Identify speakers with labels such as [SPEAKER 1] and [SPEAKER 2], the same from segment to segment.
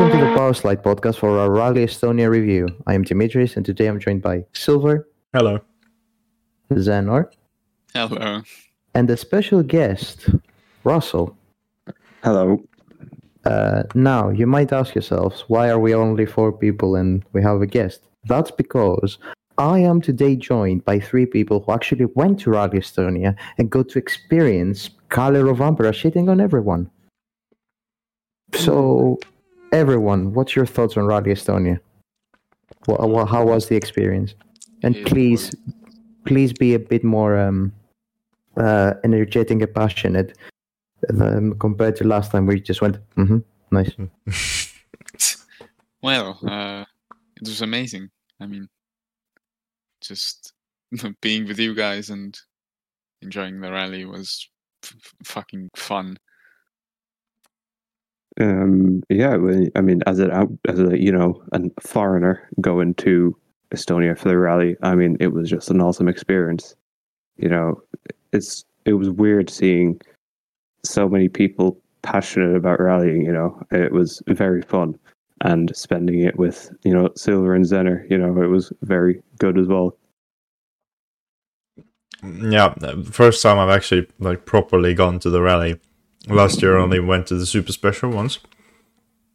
[SPEAKER 1] Powerslide podcast for our Rally Estonia review. I am Dimitris, and today I'm joined by Silver,
[SPEAKER 2] Hello.
[SPEAKER 1] Xanor,
[SPEAKER 3] Hello.
[SPEAKER 1] and a special guest, Russell.
[SPEAKER 4] Hello.
[SPEAKER 1] Uh, now, you might ask yourselves, why are we only four people and we have a guest? That's because I am today joined by three people who actually went to Rally Estonia and got to experience Kale Rovampera shitting on everyone. So, everyone, what's your thoughts on Rally Estonia? Wha wha how was the experience? And
[SPEAKER 3] It
[SPEAKER 1] please, please be a bit more um, uh, energetic and passionate um, compared to last time where you just went, mm-hmm, nice.
[SPEAKER 3] Well, uh, it was amazing. I mean, just being with you guys and enjoying the rally was f- f- fucking fun.
[SPEAKER 4] Um, yeah, well, I mean, as an out, as a you know, an foreigner going to Estonia for the rally, I mean, it was just an awesome experience. You know, it's it was weird seeing so many people passionate about rallying. You know, it was very fun, and spending it with you know Silver and Zener, you know, it was very good as well.
[SPEAKER 2] Yeah, the first time I've actually like properly gone to the rally. Last year I only went to the super special ones.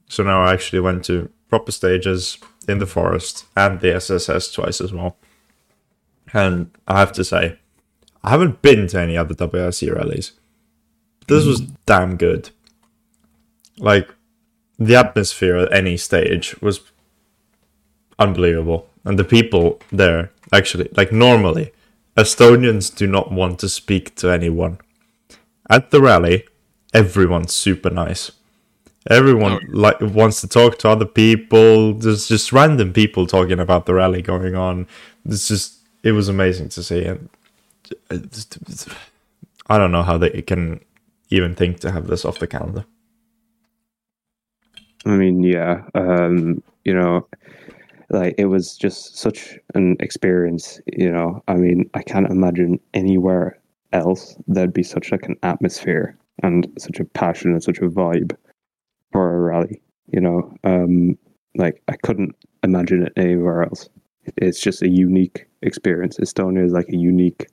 [SPEAKER 2] So now I actually went to proper stages in the forest and the SSS twice as well. And I have to say, I haven't been to any other WRC rallies. This was damn good. Like the atmosphere at any stage was unbelievable. And the people there, actually, like normally, Estonians do not want to speak to anyone. At the rally, everyone's super nice. Everyone
[SPEAKER 3] Oh.
[SPEAKER 2] like wants to talk to other people. There's just random people talking about the rally going on. It's just it was amazing to see, and it's- it's- I don't know how they can even think to have this off the calendar.
[SPEAKER 4] I mean, yeah, um, you know, like it was just such an experience, you know. I mean, I can't imagine anywhere else there'd be such like an atmosphere and such a passion and such a vibe for a rally, you know. Um, like I couldn't imagine it anywhere else. It's just a unique experience. Estonia is like a unique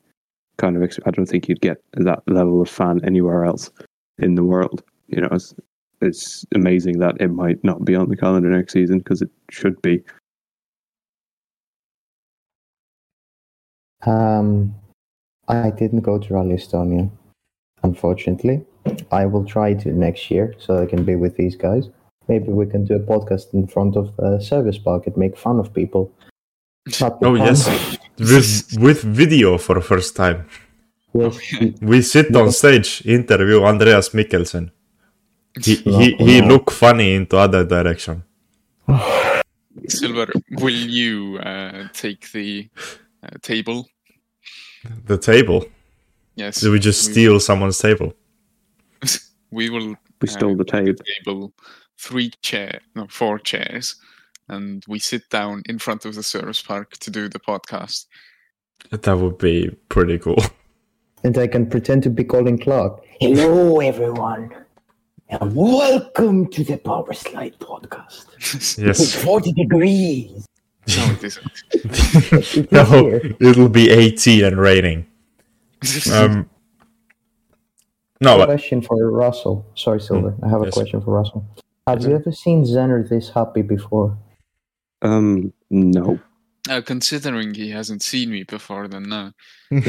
[SPEAKER 4] kind of. Ex- I don't think you'd get that level of fan anywhere else in the world. You know, it's it's amazing that it might not be on the calendar next season because it should be.
[SPEAKER 1] Um, I didn't go to Rally Estonia, unfortunately. I will try to next year so I can be with these guys. Maybe we can do a podcast in front of the service park and make fun of people. Not the
[SPEAKER 2] Oh
[SPEAKER 1] fun-
[SPEAKER 2] yes, with with video for the first time.
[SPEAKER 1] yes,
[SPEAKER 2] We sit on stage, interview Andreas Mikkelsen. He he, he
[SPEAKER 1] Wow.
[SPEAKER 2] look funny into other direction.
[SPEAKER 3] Silver, will you uh, take the uh, table?
[SPEAKER 2] The table.
[SPEAKER 3] Yes.
[SPEAKER 2] So we just steal someone's table.
[SPEAKER 3] We will
[SPEAKER 4] We
[SPEAKER 3] Uh,
[SPEAKER 4] stole the tape.
[SPEAKER 3] table three chair, no, four chairs, and we sit down in front of the service park to do the podcast.
[SPEAKER 2] That would be pretty cool.
[SPEAKER 1] and I can pretend to be Colin Clark.
[SPEAKER 2] Oh,
[SPEAKER 1] Hello, everyone, and welcome to the Power Slide podcast.
[SPEAKER 2] Yes.
[SPEAKER 1] 40 degrees.
[SPEAKER 3] no, it isn't.
[SPEAKER 2] no, it'll be 80 and raining. Um, no, but Hmm.
[SPEAKER 1] question for Russell. Sorry, Silver. I have a
[SPEAKER 2] yes.
[SPEAKER 1] question for Russell. Have you ever seen Zener this happy before?
[SPEAKER 4] Um, no,
[SPEAKER 3] Uh, considering he hasn't seen me before, then no.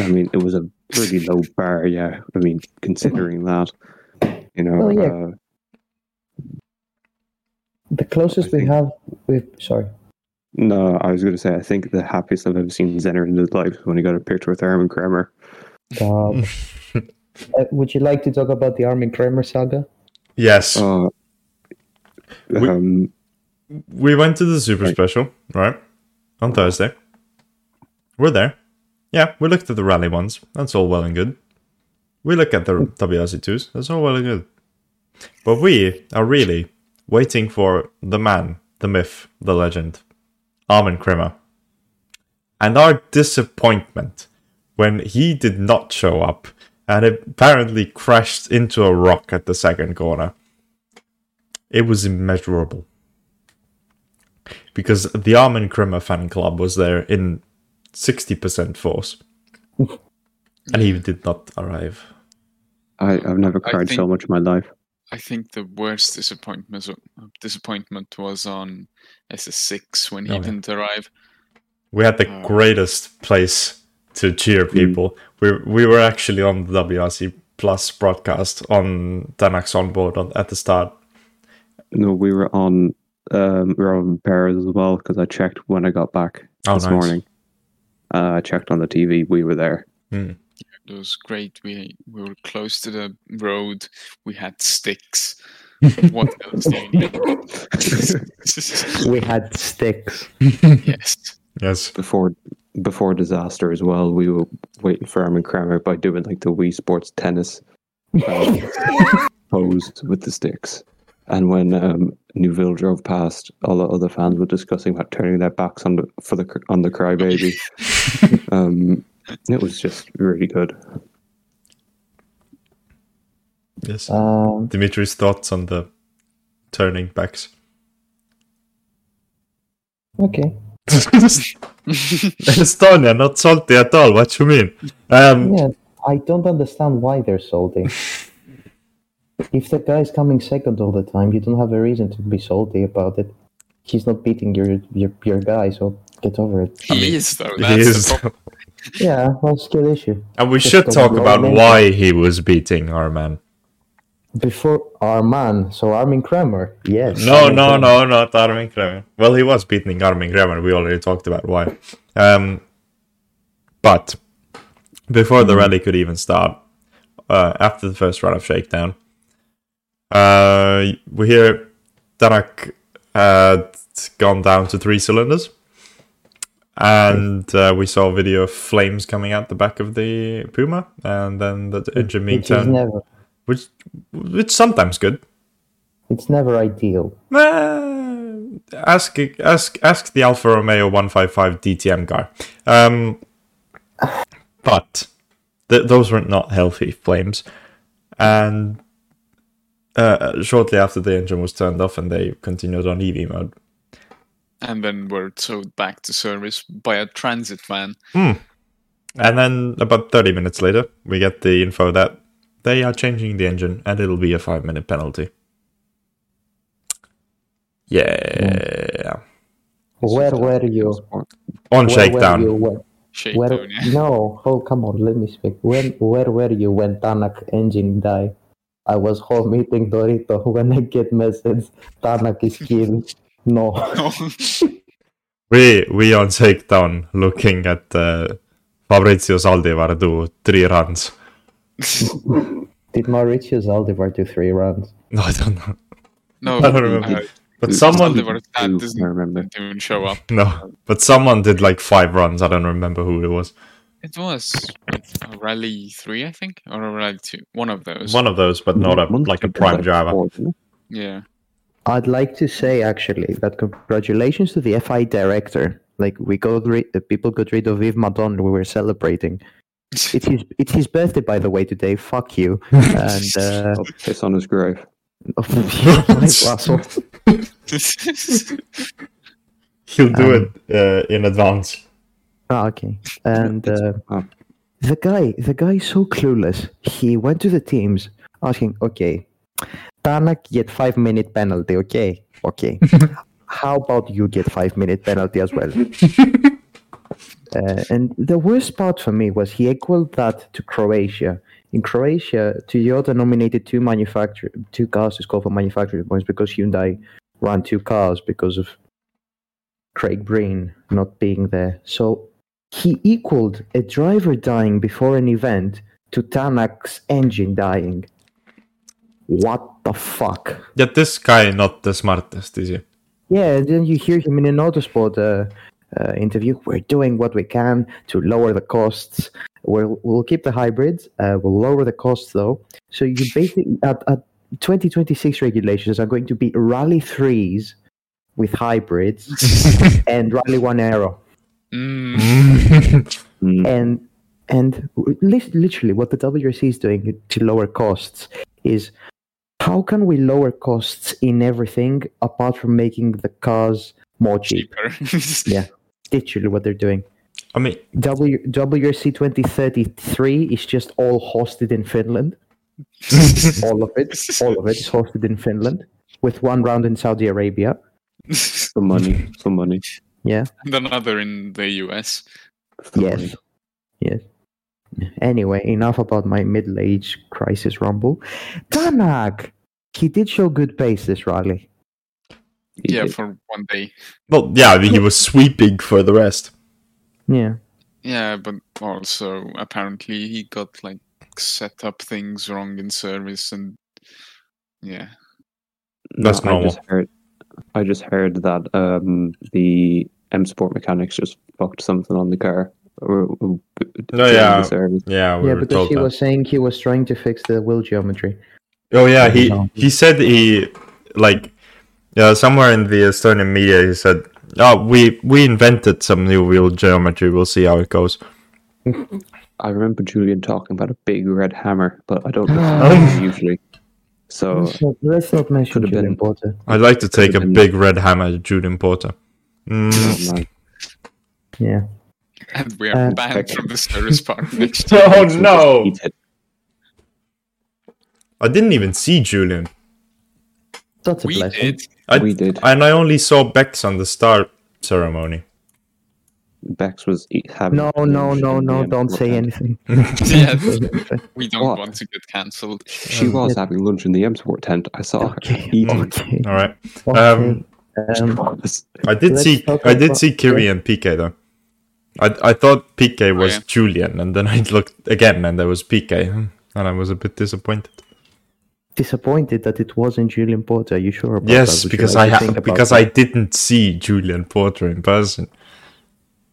[SPEAKER 4] I mean it was a pretty low bar. Yeah, I mean considering that, you know,
[SPEAKER 1] Well, yeah.
[SPEAKER 4] uh,
[SPEAKER 1] The closest we
[SPEAKER 4] think-
[SPEAKER 1] have, we sorry.
[SPEAKER 4] no, I was going to say I think the happiest I've ever seen Zenner in his life was when he got a picture with Herman Kramer.
[SPEAKER 1] Uh, uh, would you like to talk about the Armin Kramer saga?
[SPEAKER 2] yes,
[SPEAKER 4] Uh,
[SPEAKER 2] We-
[SPEAKER 4] um,
[SPEAKER 2] we went to the super
[SPEAKER 4] Right.
[SPEAKER 2] special, right? On Thursday. We're there. Yeah, we looked at the rally ones. That's all well and good. We look at the WRC2s. That's all well and good. But we are really waiting for the man, the myth, the legend, Armin Kramer. And our disappointment when he did not show up and apparently crashed into a rock at the second corner. It was immeasurable. because the Armin Krimmer fan club was there in 60% force. and he did not arrive.
[SPEAKER 5] I, I've never
[SPEAKER 3] I
[SPEAKER 5] cried so
[SPEAKER 3] think-
[SPEAKER 5] much in my life.
[SPEAKER 3] I think the worst disappointment was- disappointment was on SS6 when he
[SPEAKER 2] Oh, yeah.
[SPEAKER 3] didn't arrive.
[SPEAKER 2] We had the
[SPEAKER 3] Oh.
[SPEAKER 2] greatest place to cheer people. We we were actually on the WRC Plus broadcast on Danax on board on, at the start.
[SPEAKER 5] No, we were on um, we were on Paris as well because I checked when I got back
[SPEAKER 2] Oh,
[SPEAKER 5] this
[SPEAKER 2] nice.
[SPEAKER 5] morning. Uh, I checked on the TV. We were there.
[SPEAKER 3] It was great. We we were close to the road. We had sticks. what else do you need?
[SPEAKER 1] We had sticks.
[SPEAKER 3] yes.
[SPEAKER 2] Yes.
[SPEAKER 5] Before before disaster as well, we were waiting for Armin Kramer by doing like the Wii Sports tennis uh, pose with the sticks. And when um, Newville drove past, all the other fans were discussing about turning their backs on the for the cr- on the crybaby. um, it was just really good.
[SPEAKER 2] Yes.
[SPEAKER 1] Um,
[SPEAKER 2] Dimitri's thoughts on the turning backs.
[SPEAKER 1] okay.
[SPEAKER 2] Estonia, not salty at all. What you mean? Um,
[SPEAKER 1] Yeah, I don't understand why they're salty. if the guy's coming second all the time, you don't have a reason to be salty about it. He's not beating your your, your guy, so get over it.
[SPEAKER 3] He is though.
[SPEAKER 2] he
[SPEAKER 3] That's
[SPEAKER 2] is.
[SPEAKER 3] The problem.
[SPEAKER 1] Yeah, well, skill issue.
[SPEAKER 2] and we
[SPEAKER 1] Just
[SPEAKER 2] should
[SPEAKER 1] don't
[SPEAKER 2] talk
[SPEAKER 1] blow
[SPEAKER 2] about
[SPEAKER 1] him in.
[SPEAKER 2] why he was beating our man.
[SPEAKER 1] Before Arman, so Armin Kramer. Yes.
[SPEAKER 2] No,
[SPEAKER 1] Armin
[SPEAKER 2] no,
[SPEAKER 1] Kramer.
[SPEAKER 2] no, not Armin Kramer. Well, he was beating Armin Kramer. We already talked about why. Um, but before
[SPEAKER 1] Hmm.
[SPEAKER 2] the rally could even start, uh, after the first round of shakedown, uh, we hear Danak had gone down to three cylinders,
[SPEAKER 1] Hmm.
[SPEAKER 2] and uh, we saw a video of flames coming out the back of the Puma, and then the engine being
[SPEAKER 1] Hmm. Which is
[SPEAKER 2] turned,
[SPEAKER 1] never.
[SPEAKER 2] which which sometimes good.
[SPEAKER 1] It's never ideal.
[SPEAKER 2] Uh, ask ask ask the Alfa Romeo 155 DTM guy. Um, but th- those were not healthy flames, and uh, shortly after the engine was turned off and they continued on EV mode.
[SPEAKER 3] And then we're towed back to service by a transit van.
[SPEAKER 2] And then about 30 minutes later, we get the info that they are changing the engine and it'll be a five minute penalty. Yeah.
[SPEAKER 1] Where were you?
[SPEAKER 2] On
[SPEAKER 1] Where
[SPEAKER 2] shakedown.
[SPEAKER 1] Were you when,
[SPEAKER 3] Shake
[SPEAKER 1] where,
[SPEAKER 3] down, yeah.
[SPEAKER 1] no, oh come on, let me speak. When where were you when Tanak engine died? I was home eating Dorito when I get message Tanak is killed. No.
[SPEAKER 2] We we on takedown looking at uh, Fabrizio Saldivar do three runs.
[SPEAKER 1] Did Mauricio Zaldivar do three rounds?
[SPEAKER 2] No, I don't know.
[SPEAKER 3] no,
[SPEAKER 2] I don't remember.
[SPEAKER 3] uh,
[SPEAKER 2] But
[SPEAKER 5] Mm.
[SPEAKER 2] someone
[SPEAKER 3] Zaldivar- Oliver, that
[SPEAKER 5] Ooh,
[SPEAKER 3] doesn't-
[SPEAKER 5] I remember.
[SPEAKER 3] didn't even show up.
[SPEAKER 2] no, but someone did like five runs. I don't remember who it was.
[SPEAKER 3] It was a rally three, I think, or a rally two. One of those.
[SPEAKER 2] One of those, but not a
[SPEAKER 5] Monster
[SPEAKER 2] like a
[SPEAKER 5] did
[SPEAKER 2] prime
[SPEAKER 5] like
[SPEAKER 2] driver.
[SPEAKER 5] four, didn't
[SPEAKER 3] Yeah.
[SPEAKER 1] I'd like to say actually that congratulations to the FI director. Like we got rid, the people got rid of Yves Madon. We were celebrating. It's his, it's his birthday, by the way, today. Fuck you. And uh,
[SPEAKER 5] it? I'll piss on his grave.
[SPEAKER 1] Russell.
[SPEAKER 2] He'll do it uh, in advance.
[SPEAKER 1] Ah, okay. And
[SPEAKER 5] It's-
[SPEAKER 1] uh,
[SPEAKER 5] oh.
[SPEAKER 1] the guy, the guy is so clueless. He went to the teams asking, "Okay, Tanak get five minute penalty. Okay, okay. How about you get five minute penalty as well?" Uh, and the worst part for me was he equaled that to Croatia. In Croatia, Toyota nominated two manufacturer, two cars to score for manufacturing points because Hyundai ran two cars because of Craig Breen not being there. So he equaled a driver dying before an event to Tanak's engine dying. What the fuck?
[SPEAKER 2] Yet this guy not the smartest, is he?
[SPEAKER 1] Yeah, and then you hear him in an Autosport uh, uh, interview. We're doing what we can to lower the costs. We'll, we'll keep the hybrids. Uh, we'll lower the costs, though. So you basically, at, at 2026 regulations are going to be Rally 3s with hybrids and Rally 1 Aero.
[SPEAKER 3] Mm,
[SPEAKER 5] Mm.
[SPEAKER 1] and and lit- literally what the WRC is doing to lower costs is how can we lower costs in everything apart from making the cars more cheap.
[SPEAKER 3] cheaper.
[SPEAKER 1] Yeah. Literally what they're doing.
[SPEAKER 2] I mean,
[SPEAKER 1] W- WRC 2033 is just all hosted in Finland. All of it. All of it is hosted in Finland with one round in Saudi Arabia.
[SPEAKER 4] Some money, some money.
[SPEAKER 1] Yeah.
[SPEAKER 3] and another in the US.
[SPEAKER 4] some
[SPEAKER 1] yes.
[SPEAKER 4] money.
[SPEAKER 1] Yes. Anyway, enough about my middle age crisis rumble. Tanak! He did show good pace this rally.
[SPEAKER 4] He
[SPEAKER 3] yeah,
[SPEAKER 4] did.
[SPEAKER 3] for one day.
[SPEAKER 2] well, yeah, I mean, he was sweeping for the rest.
[SPEAKER 1] Yeah.
[SPEAKER 3] Yeah, but also apparently he got like set up things wrong in service and yeah.
[SPEAKER 2] That's
[SPEAKER 4] I just
[SPEAKER 2] normal.
[SPEAKER 4] heard, I just heard that um, the M Sport mechanics just fucked something on the car. Or, or- during
[SPEAKER 2] Oh, yeah.
[SPEAKER 4] the service.
[SPEAKER 2] Yeah, we
[SPEAKER 1] yeah,
[SPEAKER 2] were
[SPEAKER 1] because
[SPEAKER 2] told
[SPEAKER 1] he
[SPEAKER 2] that.
[SPEAKER 1] was saying he was trying to fix the wheel geometry.
[SPEAKER 2] Oh yeah, he
[SPEAKER 1] No.
[SPEAKER 2] he said he like yeah somewhere in the Estonian media he said, "Oh, we we invented some new wheel geometry. We'll see how it goes."
[SPEAKER 4] I remember Julian talking about a big red hammer, but I don't
[SPEAKER 1] Ah.
[SPEAKER 4] listen to him usually. So
[SPEAKER 1] Let's not, let's not mention
[SPEAKER 4] Could've
[SPEAKER 1] Julian
[SPEAKER 4] been-
[SPEAKER 1] Porter.
[SPEAKER 2] I'd like to take a
[SPEAKER 4] been-
[SPEAKER 2] big red hammer, to Julian Porter. Mm.
[SPEAKER 4] oh, man.
[SPEAKER 1] Yeah.
[SPEAKER 3] And we are
[SPEAKER 1] Uh,
[SPEAKER 3] banned from the service park next year.
[SPEAKER 2] oh
[SPEAKER 4] He
[SPEAKER 2] no!
[SPEAKER 4] did.
[SPEAKER 2] I didn't even see Julian.
[SPEAKER 1] That's a
[SPEAKER 3] We
[SPEAKER 1] blessing.
[SPEAKER 3] did.
[SPEAKER 2] I,
[SPEAKER 4] We did.
[SPEAKER 2] and I only saw Bex on the star ceremony.
[SPEAKER 4] Bex was e- having
[SPEAKER 1] No, no, no, no, don't say
[SPEAKER 4] anything.
[SPEAKER 1] anything.
[SPEAKER 3] Yeah, we don't
[SPEAKER 4] What?
[SPEAKER 3] want to get cancelled.
[SPEAKER 4] She was having lunch in the M Sport tent. I saw her
[SPEAKER 1] Okay,
[SPEAKER 4] eating.
[SPEAKER 1] okay.
[SPEAKER 2] All right.
[SPEAKER 1] okay. Um,
[SPEAKER 2] I did
[SPEAKER 1] Let's
[SPEAKER 2] see
[SPEAKER 1] talk
[SPEAKER 2] I did
[SPEAKER 1] about-
[SPEAKER 2] see Kiri and PK though. I I thought PK was
[SPEAKER 3] yeah.
[SPEAKER 2] Julian, and then I looked again, and there was PK, and I was a bit disappointed.
[SPEAKER 1] disappointed that it wasn't Julian Porter. Are you sure about that?
[SPEAKER 2] Yes,
[SPEAKER 1] Would you
[SPEAKER 2] because
[SPEAKER 1] like
[SPEAKER 2] I
[SPEAKER 1] to think
[SPEAKER 2] ha-
[SPEAKER 1] about
[SPEAKER 2] because
[SPEAKER 1] that?
[SPEAKER 2] I didn't see Julian Porter in person.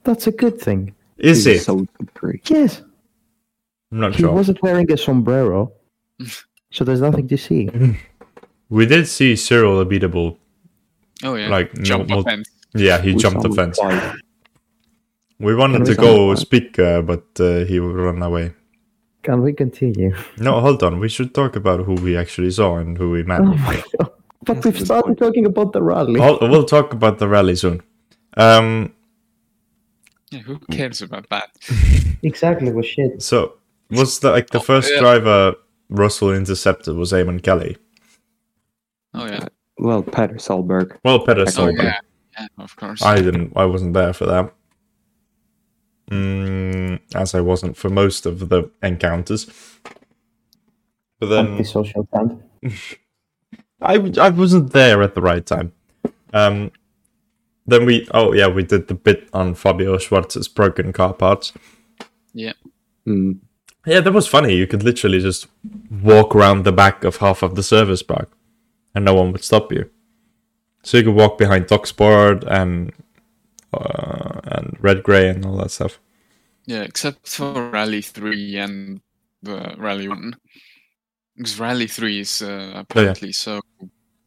[SPEAKER 1] That's a good thing.
[SPEAKER 2] Is
[SPEAKER 4] She was
[SPEAKER 2] it?
[SPEAKER 4] So hungry.
[SPEAKER 1] Yes,
[SPEAKER 2] I'm not
[SPEAKER 1] he
[SPEAKER 2] sure.
[SPEAKER 1] wasn't wearing a sombrero, so there's nothing to see.
[SPEAKER 2] We did see Cyril Abitable.
[SPEAKER 3] Oh yeah.
[SPEAKER 2] Like, no,
[SPEAKER 3] jump
[SPEAKER 2] mul-
[SPEAKER 3] up and
[SPEAKER 2] Yeah, he
[SPEAKER 4] We
[SPEAKER 2] jumped the
[SPEAKER 4] saw him
[SPEAKER 2] fence.
[SPEAKER 4] twice.
[SPEAKER 2] We wanted
[SPEAKER 1] Can we
[SPEAKER 2] to
[SPEAKER 1] saw
[SPEAKER 2] go
[SPEAKER 1] him twice.
[SPEAKER 2] speak, uh, but uh, he ran away.
[SPEAKER 1] Can we continue?
[SPEAKER 2] No, hold on. We should talk about who we actually saw and who we met.
[SPEAKER 1] Oh my god! But
[SPEAKER 4] That's a
[SPEAKER 1] we've
[SPEAKER 4] good
[SPEAKER 1] started
[SPEAKER 4] point.
[SPEAKER 1] talking about the rally.
[SPEAKER 2] I'll- we'll talk about the rally soon. Um,
[SPEAKER 3] yeah, who cares about that?
[SPEAKER 1] Exactly, was shit.
[SPEAKER 2] so was the, like the
[SPEAKER 3] Oh,
[SPEAKER 2] first
[SPEAKER 3] yeah.
[SPEAKER 2] driver Russell intercepted was Eamon Kelly.
[SPEAKER 3] Oh yeah.
[SPEAKER 4] Well, Peter Solberg.
[SPEAKER 2] Well, Petter
[SPEAKER 4] Oh,
[SPEAKER 3] Oh
[SPEAKER 2] Solberg.
[SPEAKER 3] yeah. Yeah, of course.
[SPEAKER 2] I didn't. I wasn't there for that. Mm, as I wasn't for most of the encounters. But then
[SPEAKER 1] Antisocial cunt.
[SPEAKER 2] I, w- I wasn't there at the right time. Um, then we oh yeah we did the bit on Fabio Schwartz's broken car parts.
[SPEAKER 4] Mm.
[SPEAKER 2] Yeah, that was funny. You could literally just walk around the back of half of the service park, and no one would stop you. So you could walk behind Docksport and uh, and Red Grey and all that stuff.
[SPEAKER 3] Yeah, except for Rally 3 and the Rally 1. Because Rally 3 is uh, apparently so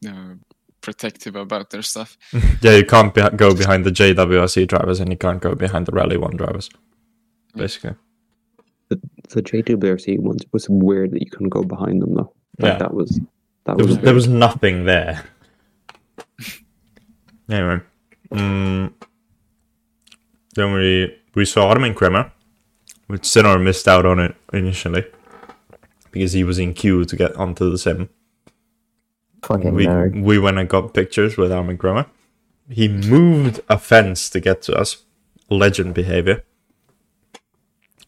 [SPEAKER 3] uh, protective about their stuff.
[SPEAKER 2] Yeah, you can't be- go behind the JWRC drivers and you can't go behind the Rally 1 drivers, basically.
[SPEAKER 4] The JWRC ones it was weird that you couldn't go behind them though. Like,
[SPEAKER 2] Yeah.
[SPEAKER 4] that was that
[SPEAKER 2] There
[SPEAKER 4] was,
[SPEAKER 2] was, there was nothing there. Anyway. Mm, then we, we saw Armin Kremer, which Sinor missed out on it initially because he was in queue to get onto the sim.
[SPEAKER 1] Fucking
[SPEAKER 2] We,
[SPEAKER 1] nerd.
[SPEAKER 2] we went and got pictures with Armin Kremer. He moved a fence to get to us. Legend behavior.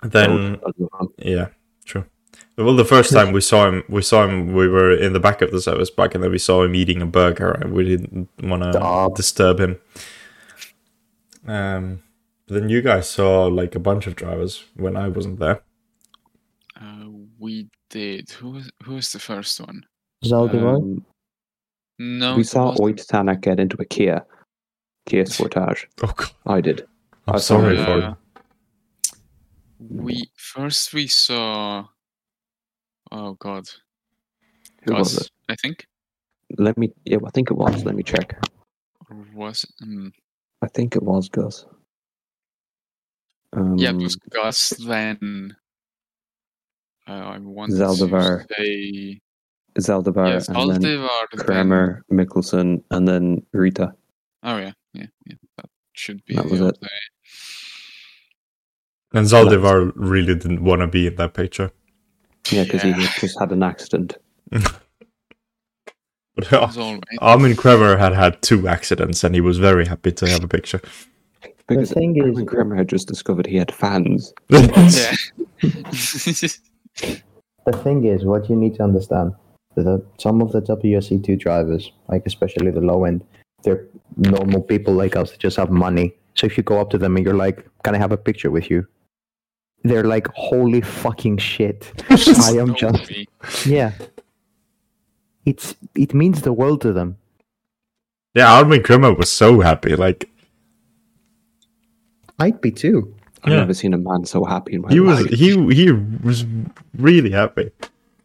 [SPEAKER 4] that
[SPEAKER 2] Then.
[SPEAKER 4] was- that was wrong.
[SPEAKER 2] Yeah, true. Well, the first time we saw him, we saw him. We were in the back of the service park, and then we saw him eating a burger, and we didn't want to
[SPEAKER 1] Stop.
[SPEAKER 2] disturb him. Um, but then you guys saw like a bunch of drivers when I wasn't there.
[SPEAKER 3] Uh, we did. Who was, who was the first one?
[SPEAKER 1] Zaldívar?
[SPEAKER 4] Um,
[SPEAKER 3] No.
[SPEAKER 4] we
[SPEAKER 3] it
[SPEAKER 4] saw
[SPEAKER 3] wasn't.
[SPEAKER 4] Oit Tanak get into a Kia. Kia Sportage.
[SPEAKER 2] Oh God,
[SPEAKER 4] I did.
[SPEAKER 2] I'm
[SPEAKER 4] I saw
[SPEAKER 2] sorry
[SPEAKER 3] him.
[SPEAKER 2] for
[SPEAKER 3] Yeah.
[SPEAKER 2] him.
[SPEAKER 3] Uh, We first we saw. Oh God,
[SPEAKER 4] Who was
[SPEAKER 3] Gus,
[SPEAKER 4] it?
[SPEAKER 3] I think,
[SPEAKER 4] Let me yeah, I think it was. Let me check.
[SPEAKER 3] or was it- mm,
[SPEAKER 4] I think it was Gus. Um,
[SPEAKER 3] yeah, it was Gus then. Uh, I want
[SPEAKER 4] Zaldivar.
[SPEAKER 3] to say
[SPEAKER 4] Zaldivar
[SPEAKER 3] yes,
[SPEAKER 4] and then
[SPEAKER 3] Zaldivar, then-
[SPEAKER 4] Kramer, Mickelson, and then Rita.
[SPEAKER 3] Oh yeah, yeah, yeah. That should be
[SPEAKER 5] That was
[SPEAKER 3] the
[SPEAKER 5] it.
[SPEAKER 3] update.
[SPEAKER 2] And Zaldivar really didn't want to be in that picture.
[SPEAKER 5] Yeah, because
[SPEAKER 3] yeah,
[SPEAKER 5] he had just had an accident.
[SPEAKER 2] But
[SPEAKER 1] Oh.
[SPEAKER 3] as always.
[SPEAKER 2] Armin Krever had had two accidents and he was very happy to have a picture.
[SPEAKER 5] Because
[SPEAKER 1] thing is-
[SPEAKER 5] Armin Kremer had just discovered he had fans.
[SPEAKER 2] yeah.
[SPEAKER 3] Yeah.
[SPEAKER 1] The thing is, what you need to understand that uh, some of the WSE2 drivers, like especially the low end, they're normal people like us that just have money. So if you go up to them and you're like, "Can I have a picture with you?" They're like, "Holy fucking shit!" I am
[SPEAKER 3] Don't
[SPEAKER 1] just
[SPEAKER 3] be-
[SPEAKER 1] yeah. It's it means the world to them.
[SPEAKER 2] Armin Kremer was so happy. Like
[SPEAKER 1] I'd be too.
[SPEAKER 5] I've
[SPEAKER 2] Yeah.
[SPEAKER 5] never seen a man so happy in my
[SPEAKER 2] he
[SPEAKER 5] life.
[SPEAKER 2] was he he was really happy.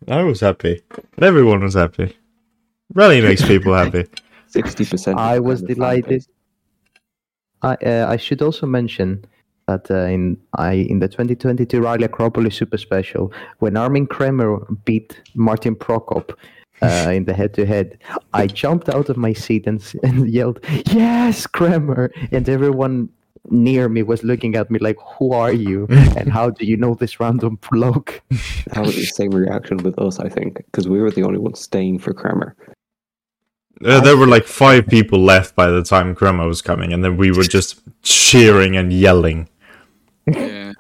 [SPEAKER 2] I was happy. And everyone was happy. Rally makes people happy.
[SPEAKER 5] Sixty percent.
[SPEAKER 1] I was delighted. I uh, I should also mention that uh, in I in the 2022 Rally Acropolis Super Special, when Armin Kremer beat Martin Prokop uh, in the head-to-head, I jumped out of my seat and, s- and yelled, "Yes, Kremer!" And everyone near me was looking at me like, "Who are you? and how do you know this random bloke?"
[SPEAKER 5] That was the same reaction with us, I think, because we were the only ones staying for Kramer.
[SPEAKER 2] Uh, there were like five people left by the time Kremer was coming, and then we were just cheering and yelling.
[SPEAKER 3] yeah.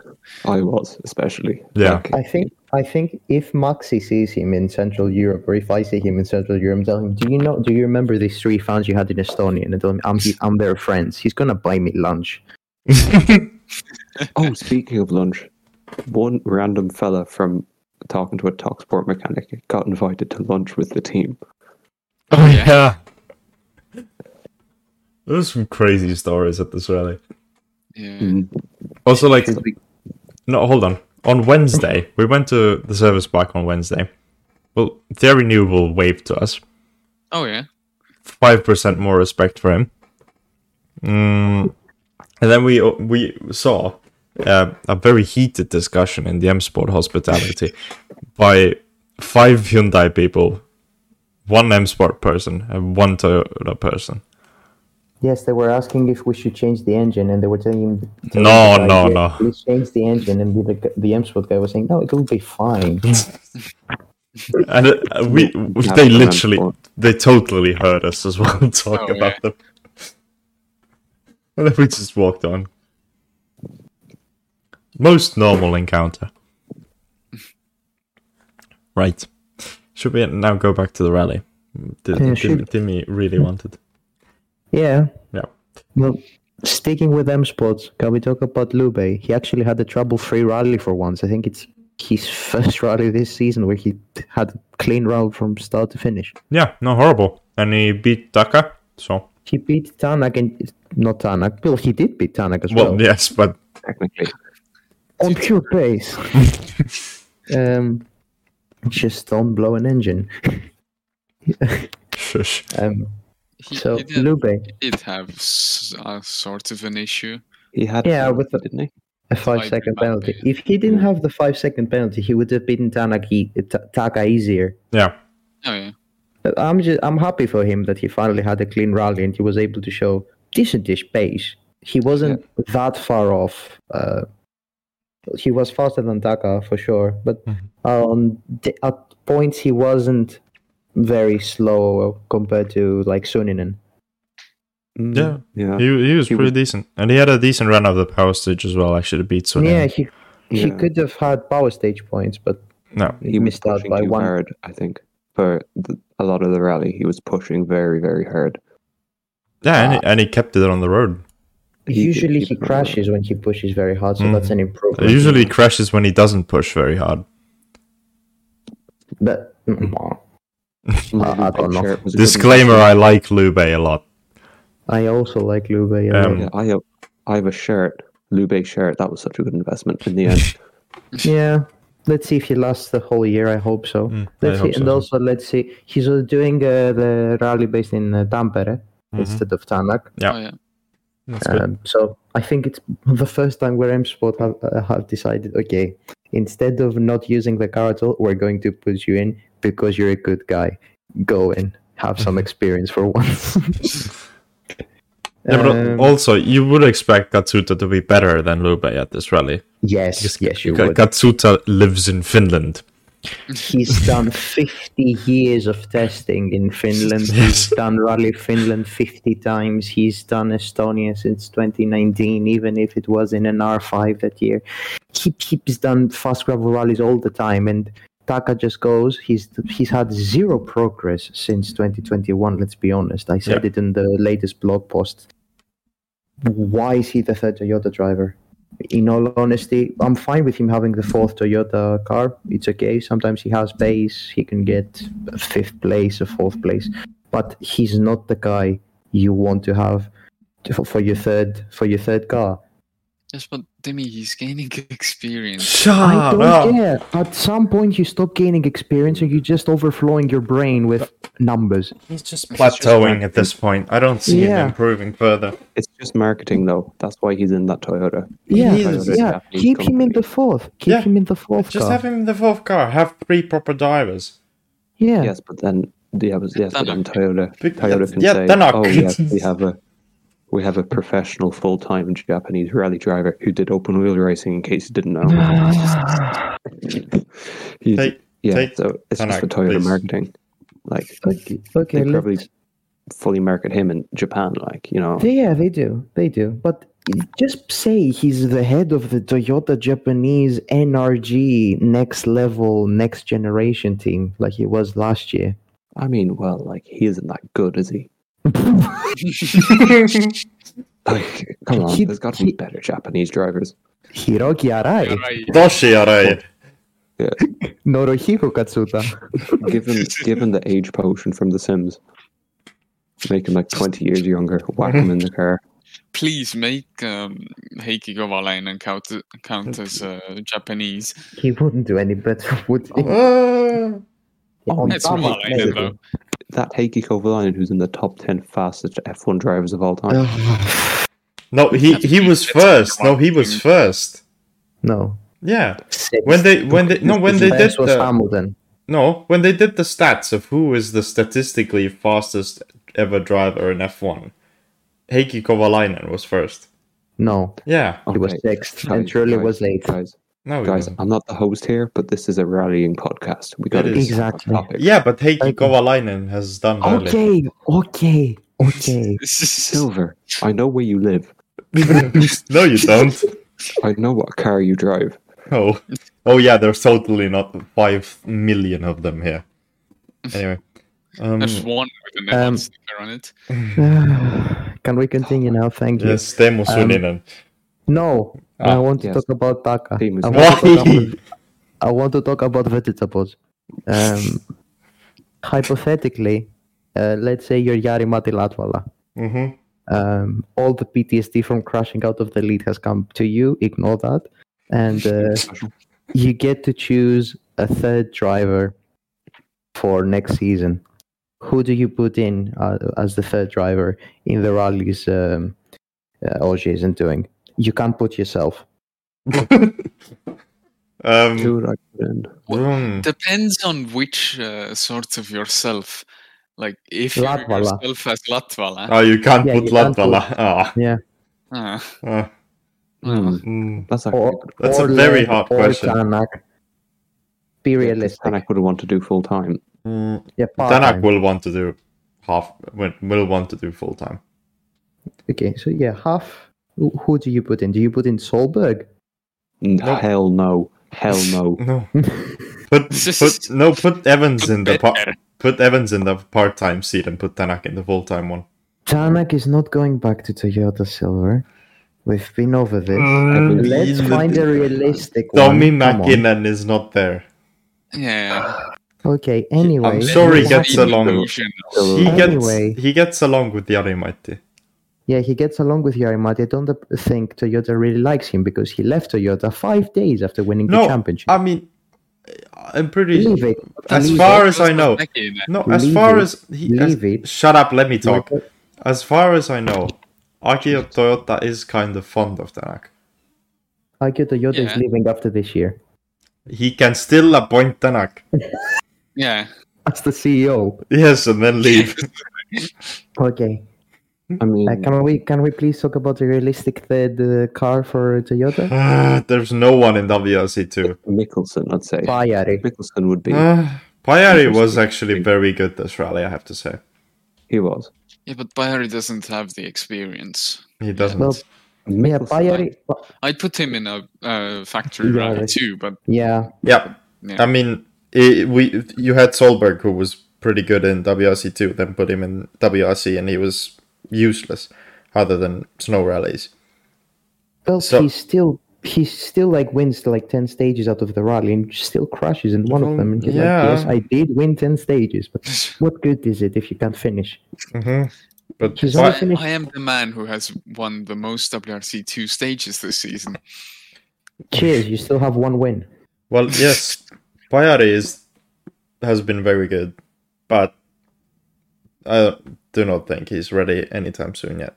[SPEAKER 5] I was especially.
[SPEAKER 2] Yeah.
[SPEAKER 5] Like,
[SPEAKER 1] I think I think if Maxi sees him in Central Europe, or if I see him in Central Europe, tell him, "Do you know? Do you remember these three fans you had in Estonia?" And tell him, "I'm I'm their friends." He's gonna buy me lunch.
[SPEAKER 5] Oh, speaking of lunch, one random fella from talking to a talk sport mechanic got invited to lunch with the team.
[SPEAKER 2] Oh
[SPEAKER 3] Yeah.
[SPEAKER 2] yeah. There's some crazy stories at this rally.
[SPEAKER 3] Yeah.
[SPEAKER 5] Mm.
[SPEAKER 2] Also, like, no, hold on. On Wednesday, we went to the service park on Wednesday. Well, Thierry Newell waved to us.
[SPEAKER 3] Oh yeah.
[SPEAKER 2] Five percent more respect for him. Mm. And then we we saw uh, a very heated discussion in the M Sport hospitality by five Hyundai people, one M Sport person, and one Toyota person.
[SPEAKER 1] Yes, they were asking if we should change the engine, and they were telling him, telling
[SPEAKER 2] No,
[SPEAKER 1] the guy,
[SPEAKER 2] no,
[SPEAKER 1] "Yeah,
[SPEAKER 2] no.
[SPEAKER 1] please change the engine." And the the, the M-Sport guy was saying, "No, it will be fine."
[SPEAKER 2] and uh, we
[SPEAKER 5] Have
[SPEAKER 2] they
[SPEAKER 5] them
[SPEAKER 2] literally
[SPEAKER 5] on board.
[SPEAKER 2] they totally heard us as well talk
[SPEAKER 3] Oh, yeah.
[SPEAKER 2] about them and then we just walked on most normal encounter right should we now go back to the rally Did
[SPEAKER 1] Yeah,
[SPEAKER 2] Tim-
[SPEAKER 1] sure.
[SPEAKER 2] Timmy really wanted
[SPEAKER 1] yeah.
[SPEAKER 2] Yeah.
[SPEAKER 1] Well, sticking with M-Sports, can we talk about Lube? He actually had a trouble-free rally for once. I think it's his first rally this season where he had a clean round from start to finish.
[SPEAKER 2] yeah no horrible and he beat Taka so
[SPEAKER 1] He beat Tanak and not Tanak. Well, he did beat Tanak as well,
[SPEAKER 2] well yes but
[SPEAKER 5] Technically,
[SPEAKER 1] on pure pace. um, just don't blow an engine.
[SPEAKER 2] shush
[SPEAKER 1] Um,
[SPEAKER 3] He,
[SPEAKER 1] so
[SPEAKER 3] he did,
[SPEAKER 1] Lube,
[SPEAKER 3] he did have s- a sort of an issue.
[SPEAKER 5] he had.
[SPEAKER 1] Yeah,
[SPEAKER 5] fun,
[SPEAKER 1] with the-
[SPEAKER 5] didn't he?
[SPEAKER 1] a five-second
[SPEAKER 3] back.
[SPEAKER 1] penalty. If he didn't have the five-second penalty, he would have beaten Tanak e- Ta- Taka easier.
[SPEAKER 2] yeah
[SPEAKER 3] Oh yeah.
[SPEAKER 1] But I'm just I'm happy for him that he finally had a clean rally and he was able to show decentish pace. He wasn't that far off. Uh, he was faster than Taka for sure, but
[SPEAKER 2] Mhm.
[SPEAKER 1] on d at points he wasn't very slow compared to like Suninen.
[SPEAKER 5] Mm,
[SPEAKER 2] Yeah.
[SPEAKER 5] yeah.
[SPEAKER 2] he, he was
[SPEAKER 5] He
[SPEAKER 2] pretty
[SPEAKER 5] was-
[SPEAKER 2] decent and he had a decent run of the power stage as well actually to beat Sonnen.
[SPEAKER 1] yeah, he he
[SPEAKER 5] Yeah.
[SPEAKER 1] could have had power stage points, but
[SPEAKER 2] no
[SPEAKER 1] he, missed out
[SPEAKER 5] pushing
[SPEAKER 1] by
[SPEAKER 5] too
[SPEAKER 1] one.
[SPEAKER 5] hard, I think, for the, a lot of the rally. He was pushing very, very hard.
[SPEAKER 2] Yeah, and, he, and he kept it on the road.
[SPEAKER 5] He-
[SPEAKER 1] Usually he
[SPEAKER 5] he-
[SPEAKER 1] crashes when he pushes very hard, so that's an
[SPEAKER 2] He
[SPEAKER 1] improvement.
[SPEAKER 2] Mm-hmm. usually crashes when he doesn't push very hard.
[SPEAKER 1] but mm, I- I don't know.
[SPEAKER 5] Sure, it was a good
[SPEAKER 2] Disclaimer: I like Lube a lot.
[SPEAKER 1] I also like Lube. a
[SPEAKER 2] Um,
[SPEAKER 1] lot.
[SPEAKER 5] investment. Yeah, I have, I have a shirt, Lube shirt. That was such a good investment in the end.
[SPEAKER 1] Yeah. Let's see if he lasts the whole year. I hope so.
[SPEAKER 2] Mm, I
[SPEAKER 1] let's
[SPEAKER 2] hope
[SPEAKER 1] see, and
[SPEAKER 2] so.
[SPEAKER 1] also let's see. He's uh, doing uh, the rally based in uh, Tampere instead of Tanak.
[SPEAKER 2] Yeah.
[SPEAKER 3] Oh yeah.
[SPEAKER 2] Mm-hmm. That's good.
[SPEAKER 1] Um, so I think it's the first time where M Sport have, uh, have decided, okay, instead of not using the car at all, we're going to put you in because you're a good guy. Go and have some experience for once.
[SPEAKER 2] Yeah, but
[SPEAKER 1] Um,
[SPEAKER 2] also you would expect Katsuta to be better than Lube at this rally.
[SPEAKER 1] yes, yes, you
[SPEAKER 2] Ka-
[SPEAKER 1] would.
[SPEAKER 2] Katsuta lives in Finland.
[SPEAKER 1] He's done 50 years of testing in Finland.
[SPEAKER 2] Yes.
[SPEAKER 1] He's done Rally Finland 50 times. He's done Estonia since 2019, even if it was in an R5 that year. He keeps done fast gravel rallies all the time. And Taka just goes, he's he's had zero progress since 2021, let's be honest. I said
[SPEAKER 2] Yeah.
[SPEAKER 1] it in the latest blog post. Why is he the third Toyota driver? in all honesty, I'm fine with him having the fourth Toyota car. It's okay. Sometimes he has pace. He can get a fifth place, a fourth place, but he's not the guy you want to have to- for, for your third for your third car.
[SPEAKER 3] Yes, but Demi, he's gaining experience.
[SPEAKER 2] Shut
[SPEAKER 1] I don't
[SPEAKER 2] up.
[SPEAKER 1] care. At some point, you stop gaining experience, and you're just overflowing your brain with numbers.
[SPEAKER 2] He's just
[SPEAKER 4] plateauing
[SPEAKER 2] plateauing at this point. I don't see
[SPEAKER 1] Yeah.
[SPEAKER 2] him improving further.
[SPEAKER 4] It's just marketing, though. That's why he's in that Toyota.
[SPEAKER 1] Yeah,
[SPEAKER 4] Toyota's a
[SPEAKER 1] yeah.
[SPEAKER 4] Japanese
[SPEAKER 1] Keep him in
[SPEAKER 4] company.
[SPEAKER 1] the fourth. Keep
[SPEAKER 2] Yeah.
[SPEAKER 1] him in the fourth
[SPEAKER 2] Just
[SPEAKER 1] car.
[SPEAKER 2] have him in the fourth car. Have three proper drivers.
[SPEAKER 1] yeah.
[SPEAKER 4] Yes, but then yeah, but, yes, but then Toyota,
[SPEAKER 2] Big-
[SPEAKER 4] Toyota can
[SPEAKER 2] yeah,
[SPEAKER 4] say,
[SPEAKER 2] they're not
[SPEAKER 4] "Oh, yes, we
[SPEAKER 2] kids."
[SPEAKER 4] have a we have a professional full time Japanese rally driver who did open wheel racing." In case you didn't know, He's-
[SPEAKER 2] Take-
[SPEAKER 4] yeah,
[SPEAKER 2] take
[SPEAKER 4] so it's just
[SPEAKER 2] Tanaka,
[SPEAKER 4] for Toyota
[SPEAKER 2] please.
[SPEAKER 4] marketing. Like, like
[SPEAKER 1] Okay. okay
[SPEAKER 4] they probably
[SPEAKER 1] let's-
[SPEAKER 4] fully market him in Japan. Like, you know,
[SPEAKER 1] They- Yeah, they do. They do. But just say he's the head of the Toyota Japanese NRG next level, next generation team, like he was last year.
[SPEAKER 4] I mean, well, like he isn't that good, is he? Like, come on,
[SPEAKER 1] He-
[SPEAKER 4] there's got to be
[SPEAKER 1] he-
[SPEAKER 4] better Japanese drivers.
[SPEAKER 1] Hiroki Arai,
[SPEAKER 3] Right.
[SPEAKER 2] Doshi Arai.
[SPEAKER 1] Norohiko Katsuta.
[SPEAKER 4] Given given the age potion from The Sims, make him like twenty years younger. Whack him in the car.
[SPEAKER 3] Please make um, Heikki Kovalainen count, count as uh, Japanese.
[SPEAKER 1] He wouldn't do any better, would he?
[SPEAKER 2] Uh,
[SPEAKER 4] Oh,
[SPEAKER 1] On
[SPEAKER 4] it's
[SPEAKER 3] That's
[SPEAKER 1] balance,
[SPEAKER 3] Kovalainen,
[SPEAKER 1] maybe.
[SPEAKER 3] though.
[SPEAKER 4] That Heikki Kovalainen, who's in the top ten fastest F1 drivers of all time.
[SPEAKER 2] no, he, he was first. No, he was first.
[SPEAKER 1] No.
[SPEAKER 2] Yeah.
[SPEAKER 1] Six.
[SPEAKER 2] When they when they no when
[SPEAKER 1] His
[SPEAKER 2] they did
[SPEAKER 1] best was
[SPEAKER 2] the,
[SPEAKER 1] Hamilton.
[SPEAKER 2] no when they did the stats of who is the statistically fastest ever driver in F one, Heikki Kovalainen was first.
[SPEAKER 1] No,
[SPEAKER 2] Yeah.
[SPEAKER 1] he was
[SPEAKER 4] Okay,
[SPEAKER 1] sixth,
[SPEAKER 4] guys,
[SPEAKER 1] and Shirley
[SPEAKER 4] guys,
[SPEAKER 1] was eighth.
[SPEAKER 4] Guys,
[SPEAKER 2] No. he
[SPEAKER 4] guys,
[SPEAKER 2] wasn't.
[SPEAKER 4] I'm not the host here, but this is a rallying podcast. We got to
[SPEAKER 2] It
[SPEAKER 4] get
[SPEAKER 2] is.
[SPEAKER 1] Exactly.
[SPEAKER 4] off topic.
[SPEAKER 2] Yeah, but Heikki
[SPEAKER 1] Thank you.
[SPEAKER 2] Kovalainen has done early.
[SPEAKER 1] Okay, okay, okay.
[SPEAKER 4] Silver, I know where you live.
[SPEAKER 2] no, you don't.
[SPEAKER 4] I know what car you drive.
[SPEAKER 2] Oh, oh yeah, there's totally not five million of them here. Anyway, um,
[SPEAKER 3] There's one with an
[SPEAKER 1] Um,
[SPEAKER 3] um, sticker on it.
[SPEAKER 1] Can we continue now? Thank you.
[SPEAKER 2] yes, Teemu Suninen.
[SPEAKER 1] No, I
[SPEAKER 2] Ah,
[SPEAKER 1] want to
[SPEAKER 4] yes.
[SPEAKER 1] talk about Taka.
[SPEAKER 4] Team is
[SPEAKER 1] I want to talk
[SPEAKER 2] Why?
[SPEAKER 1] about- I want to talk about vegetables. Um, hypothetically, uh, let's say you're Yari Mati Latvala.
[SPEAKER 2] hmm
[SPEAKER 1] Um, all the PTSD from crashing out of the lead has come to you. Ignore that. And uh, you get to choose a third driver for next season. Who do you put in uh, as the third driver in the rallies um, uh, Ogier isn't doing? You can't put yourself.
[SPEAKER 2] Um,
[SPEAKER 4] Who would I put in?
[SPEAKER 2] mm,
[SPEAKER 3] Depends on which uh, sort of yourself. Like, if you
[SPEAKER 1] Latvala.
[SPEAKER 3] yourself as Latvala.
[SPEAKER 2] oh, you can't
[SPEAKER 1] Yeah,
[SPEAKER 2] put
[SPEAKER 1] you can't
[SPEAKER 2] Latvala. Ah,
[SPEAKER 3] ah,
[SPEAKER 2] ah,
[SPEAKER 3] well,
[SPEAKER 2] mm.
[SPEAKER 4] That's actually
[SPEAKER 1] Or,
[SPEAKER 4] a good.
[SPEAKER 2] That's a
[SPEAKER 1] or
[SPEAKER 2] very
[SPEAKER 1] Led
[SPEAKER 2] hard
[SPEAKER 1] or
[SPEAKER 2] question.
[SPEAKER 1] Tanak. Be
[SPEAKER 4] And
[SPEAKER 1] realistic.
[SPEAKER 4] I would want to do full time.
[SPEAKER 2] Mm,
[SPEAKER 1] Yeah,
[SPEAKER 2] Tanak
[SPEAKER 1] part-time.
[SPEAKER 2] will want to do half. Will will want to do full time.
[SPEAKER 1] Okay, so yeah, half. Who who do you put in? Do you put in Solberg?
[SPEAKER 4] Hell no. Hell no.
[SPEAKER 2] No, put put no put Evans in the par- put Evans in the part time seat and put Tanak in the full time one.
[SPEAKER 1] Tanak is not going back to Toyota Silver. We've been over this.
[SPEAKER 2] Mm,
[SPEAKER 1] Let's
[SPEAKER 2] the-
[SPEAKER 1] find a realistic
[SPEAKER 2] Tommy
[SPEAKER 1] one. Come on.
[SPEAKER 2] Mäkinen is not there.
[SPEAKER 3] yeah.
[SPEAKER 1] Okay, anyway.
[SPEAKER 2] I'm sorry,
[SPEAKER 1] we
[SPEAKER 3] Let's
[SPEAKER 1] have-
[SPEAKER 2] gets
[SPEAKER 3] be
[SPEAKER 2] along.
[SPEAKER 3] delusional.
[SPEAKER 2] He gets
[SPEAKER 1] uh, Anyway.
[SPEAKER 2] he gets along with Yarimaitti.
[SPEAKER 1] Yeah, he gets along with Yarimati. I don't think Toyota really likes him because he left Toyota five days after winning the
[SPEAKER 2] No,
[SPEAKER 1] championship.
[SPEAKER 2] I mean, I'm pretty
[SPEAKER 1] Leave it.
[SPEAKER 2] as
[SPEAKER 1] Leave
[SPEAKER 2] far
[SPEAKER 1] it.
[SPEAKER 2] as I know.
[SPEAKER 3] Okay, then.
[SPEAKER 2] No, as
[SPEAKER 1] Leave
[SPEAKER 2] far
[SPEAKER 1] it.
[SPEAKER 2] as he as-
[SPEAKER 1] Leave it.
[SPEAKER 2] shut up, let me talk. As far as I know, Akio Toyota is kind of fond of Tanak.
[SPEAKER 1] Akio Toyota is
[SPEAKER 3] Yeah.
[SPEAKER 1] leaving after this year
[SPEAKER 2] He can still appoint Tanak.
[SPEAKER 3] Yeah.
[SPEAKER 1] as the E CEO.
[SPEAKER 2] Yes, and then leave.
[SPEAKER 1] Okay.
[SPEAKER 4] I mean,
[SPEAKER 1] Uh, can we can we please talk about a realistic third uh, car for Toyota?
[SPEAKER 2] Ah, there's no one in WRC two.
[SPEAKER 4] Mickelson, I'd say.
[SPEAKER 1] Fiery.
[SPEAKER 4] Mickelson would be.
[SPEAKER 1] Uh,
[SPEAKER 2] Ah, Pagliari was actually very good this rally, I have to say.
[SPEAKER 4] he was.
[SPEAKER 3] Yeah, but Barry doesn't have the experience.
[SPEAKER 2] He doesn't.
[SPEAKER 1] Well, Yeah, Fiery.
[SPEAKER 3] I'd put him in a uh, factory
[SPEAKER 1] Yeah,
[SPEAKER 3] rally
[SPEAKER 1] that's-
[SPEAKER 3] too, but
[SPEAKER 1] Yeah,
[SPEAKER 2] yeah.
[SPEAKER 3] Yeah.
[SPEAKER 2] I mean, i we you had Solberg who was pretty good in WRC two, then put him in WRC, and he was useless other than snow rallies.
[SPEAKER 1] Well,
[SPEAKER 2] So-
[SPEAKER 1] he still he still like wins like ten stages out of the rally and still crashes in one
[SPEAKER 2] Well,
[SPEAKER 1] of them. And he's
[SPEAKER 2] yeah.
[SPEAKER 1] like, yes, I did win ten stages, but what good is it if you can't finish?
[SPEAKER 2] Mm-hmm. But
[SPEAKER 1] He's
[SPEAKER 2] Pi-
[SPEAKER 1] only
[SPEAKER 3] I,
[SPEAKER 1] finished.
[SPEAKER 3] I am the man who has won the most WRC two stages this season.
[SPEAKER 1] Cheers! You still have one win.
[SPEAKER 2] well, yes, Pagliari is has been very good, but I do not think he's ready anytime soon yet.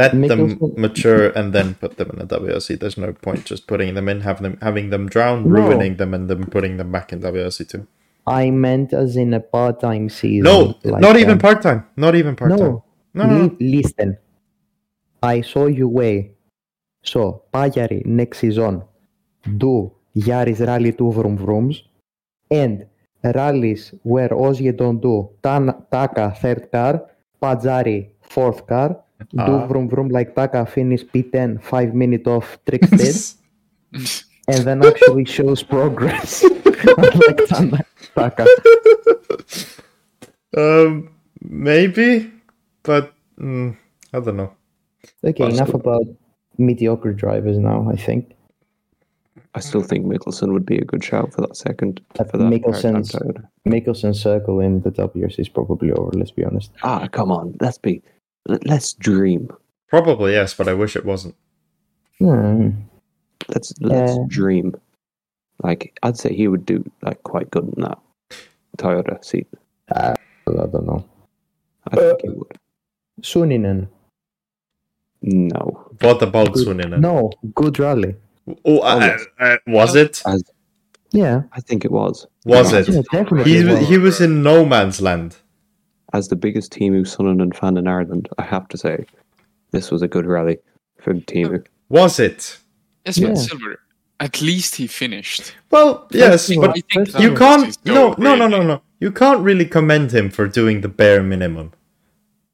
[SPEAKER 2] Let them
[SPEAKER 1] Mickelson-
[SPEAKER 2] mature and then put them in a WRC. There's no point just putting them in, having them having them drown,
[SPEAKER 1] No.
[SPEAKER 2] ruining them, and then putting them back in WRC two.
[SPEAKER 1] I meant as in a part-time season.
[SPEAKER 2] No,
[SPEAKER 1] like,
[SPEAKER 2] not even
[SPEAKER 1] um,
[SPEAKER 2] part time. Not even part time.
[SPEAKER 1] No,
[SPEAKER 2] No, no, no.
[SPEAKER 1] li- listen. I saw you way. So, Pagliari next season, do Yaris Rally 2 Vroom Vrooms and rallies where Ozzy don't do Tan- Taka third car, Pajari fourth car, do
[SPEAKER 2] Ah.
[SPEAKER 1] Vroom Vroom like Taka finish P10, five minute off trick stage, and then actually shows progress. Unlike Tan- Taka.
[SPEAKER 2] Um, maybe, but mm, I don't know.
[SPEAKER 1] Okay, enough about mediocre drivers now, I think.
[SPEAKER 4] I still think Mickelson would be a good shout for that second.
[SPEAKER 1] Uh,
[SPEAKER 4] For that
[SPEAKER 1] Mickelson's-
[SPEAKER 4] part-time Toyota.
[SPEAKER 1] Mickelson circle in the WRC is probably over, let's be honest.
[SPEAKER 4] Ah, come on. Let's be. let- Let's dream.
[SPEAKER 2] Probably yes, but I wish it wasn't.
[SPEAKER 1] Hmm.
[SPEAKER 4] Let's let's
[SPEAKER 1] Yeah.
[SPEAKER 4] dream. Like I'd say he would do like quite good in that Toyota seat.
[SPEAKER 1] I don't know. Uh,
[SPEAKER 4] I think he would.
[SPEAKER 1] Suninen.
[SPEAKER 4] No,
[SPEAKER 2] What about
[SPEAKER 1] Good-
[SPEAKER 2] Suninen?
[SPEAKER 1] No, good rally.
[SPEAKER 2] Oh, I,
[SPEAKER 4] yes.
[SPEAKER 2] I, I- was it?
[SPEAKER 4] I-
[SPEAKER 1] Yeah,
[SPEAKER 4] I think it was.
[SPEAKER 2] Was
[SPEAKER 4] No.
[SPEAKER 2] it?
[SPEAKER 1] yeah definitely.
[SPEAKER 2] He was,
[SPEAKER 1] well.
[SPEAKER 2] he was in no man's land.
[SPEAKER 4] As the biggest Timu Sunderland fan in Ireland, I have to say, this was a good rally from Timu.
[SPEAKER 2] Was it?
[SPEAKER 3] Yes, but
[SPEAKER 1] Yeah.
[SPEAKER 3] Silver. At least he finished.
[SPEAKER 2] Well, yes,
[SPEAKER 1] Well,
[SPEAKER 2] but
[SPEAKER 3] I think
[SPEAKER 2] you
[SPEAKER 3] that
[SPEAKER 2] can't.
[SPEAKER 3] is so
[SPEAKER 2] No, no, no,
[SPEAKER 3] great.
[SPEAKER 2] no, no. You can't really commend him for doing the bare minimum.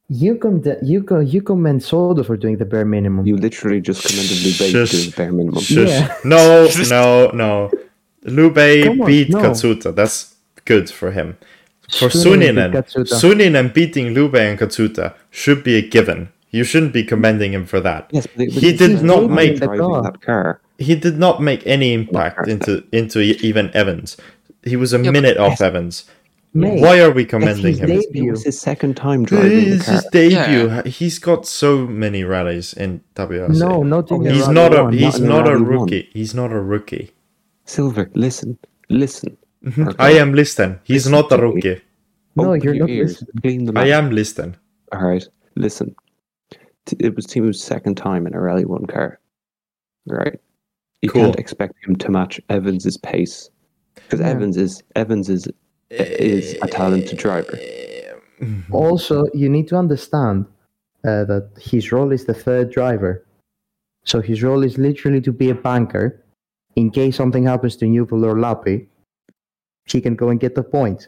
[SPEAKER 1] You com- you com- you commend Soldo for doing the bare minimum.
[SPEAKER 4] You literally just commended Lube
[SPEAKER 2] Shush.
[SPEAKER 4] to the bare minimum.
[SPEAKER 2] Shush.
[SPEAKER 1] Yeah.
[SPEAKER 2] No, no, no. Lube
[SPEAKER 1] Come on,
[SPEAKER 2] beat
[SPEAKER 1] no.
[SPEAKER 2] Katsuta. That's good for him. For
[SPEAKER 1] Suninen
[SPEAKER 2] Suninen,
[SPEAKER 1] beat Katsuta.
[SPEAKER 2] Suninen beating Lube and Katsuta should be a given. You shouldn't be commending him for that.
[SPEAKER 4] Yes, but it was
[SPEAKER 2] He did
[SPEAKER 4] his
[SPEAKER 2] not
[SPEAKER 4] first time
[SPEAKER 2] make-
[SPEAKER 4] driving
[SPEAKER 1] The car.
[SPEAKER 4] that car.
[SPEAKER 2] He did not make any impact into into e- even Evans. He was a
[SPEAKER 3] but-
[SPEAKER 2] minute off Evans.
[SPEAKER 1] Mate,
[SPEAKER 2] Why are we
[SPEAKER 1] that's
[SPEAKER 2] commending
[SPEAKER 1] his
[SPEAKER 2] him?
[SPEAKER 4] It
[SPEAKER 1] debut.
[SPEAKER 4] was his second time driving the
[SPEAKER 2] It's
[SPEAKER 4] car.
[SPEAKER 2] his debut. He's got so many rallies in WRC.
[SPEAKER 1] No, not in a
[SPEAKER 2] Oh, he's
[SPEAKER 1] rally
[SPEAKER 2] not a
[SPEAKER 1] one,
[SPEAKER 2] he's
[SPEAKER 1] in
[SPEAKER 4] a
[SPEAKER 2] not a
[SPEAKER 4] rally one.
[SPEAKER 2] rookie. He's not a rookie.
[SPEAKER 4] Silver, listen, listen.
[SPEAKER 2] Mhm.
[SPEAKER 4] Okay.
[SPEAKER 2] I am Listen. He's
[SPEAKER 4] Listen
[SPEAKER 2] not a
[SPEAKER 4] to me.
[SPEAKER 2] rookie.
[SPEAKER 1] No,
[SPEAKER 4] Open
[SPEAKER 1] you're
[SPEAKER 4] your
[SPEAKER 1] not
[SPEAKER 4] ears.
[SPEAKER 1] listening.
[SPEAKER 4] Clean them
[SPEAKER 2] I
[SPEAKER 4] up.
[SPEAKER 2] am Listen.
[SPEAKER 4] All right, listen. T- It was Timu's second time in a Rally 1 car. Right? You
[SPEAKER 2] Cool.
[SPEAKER 4] can't expect him to match Evans's pace. Because
[SPEAKER 1] Yeah.
[SPEAKER 4] Evans is Evans is is a
[SPEAKER 2] Eh,
[SPEAKER 4] talented driver.
[SPEAKER 1] Also, you need to understand uh, that his role is the third driver. So his role is literally to be a banker. In case something happens to Newell or Lappy, he can go and get the point.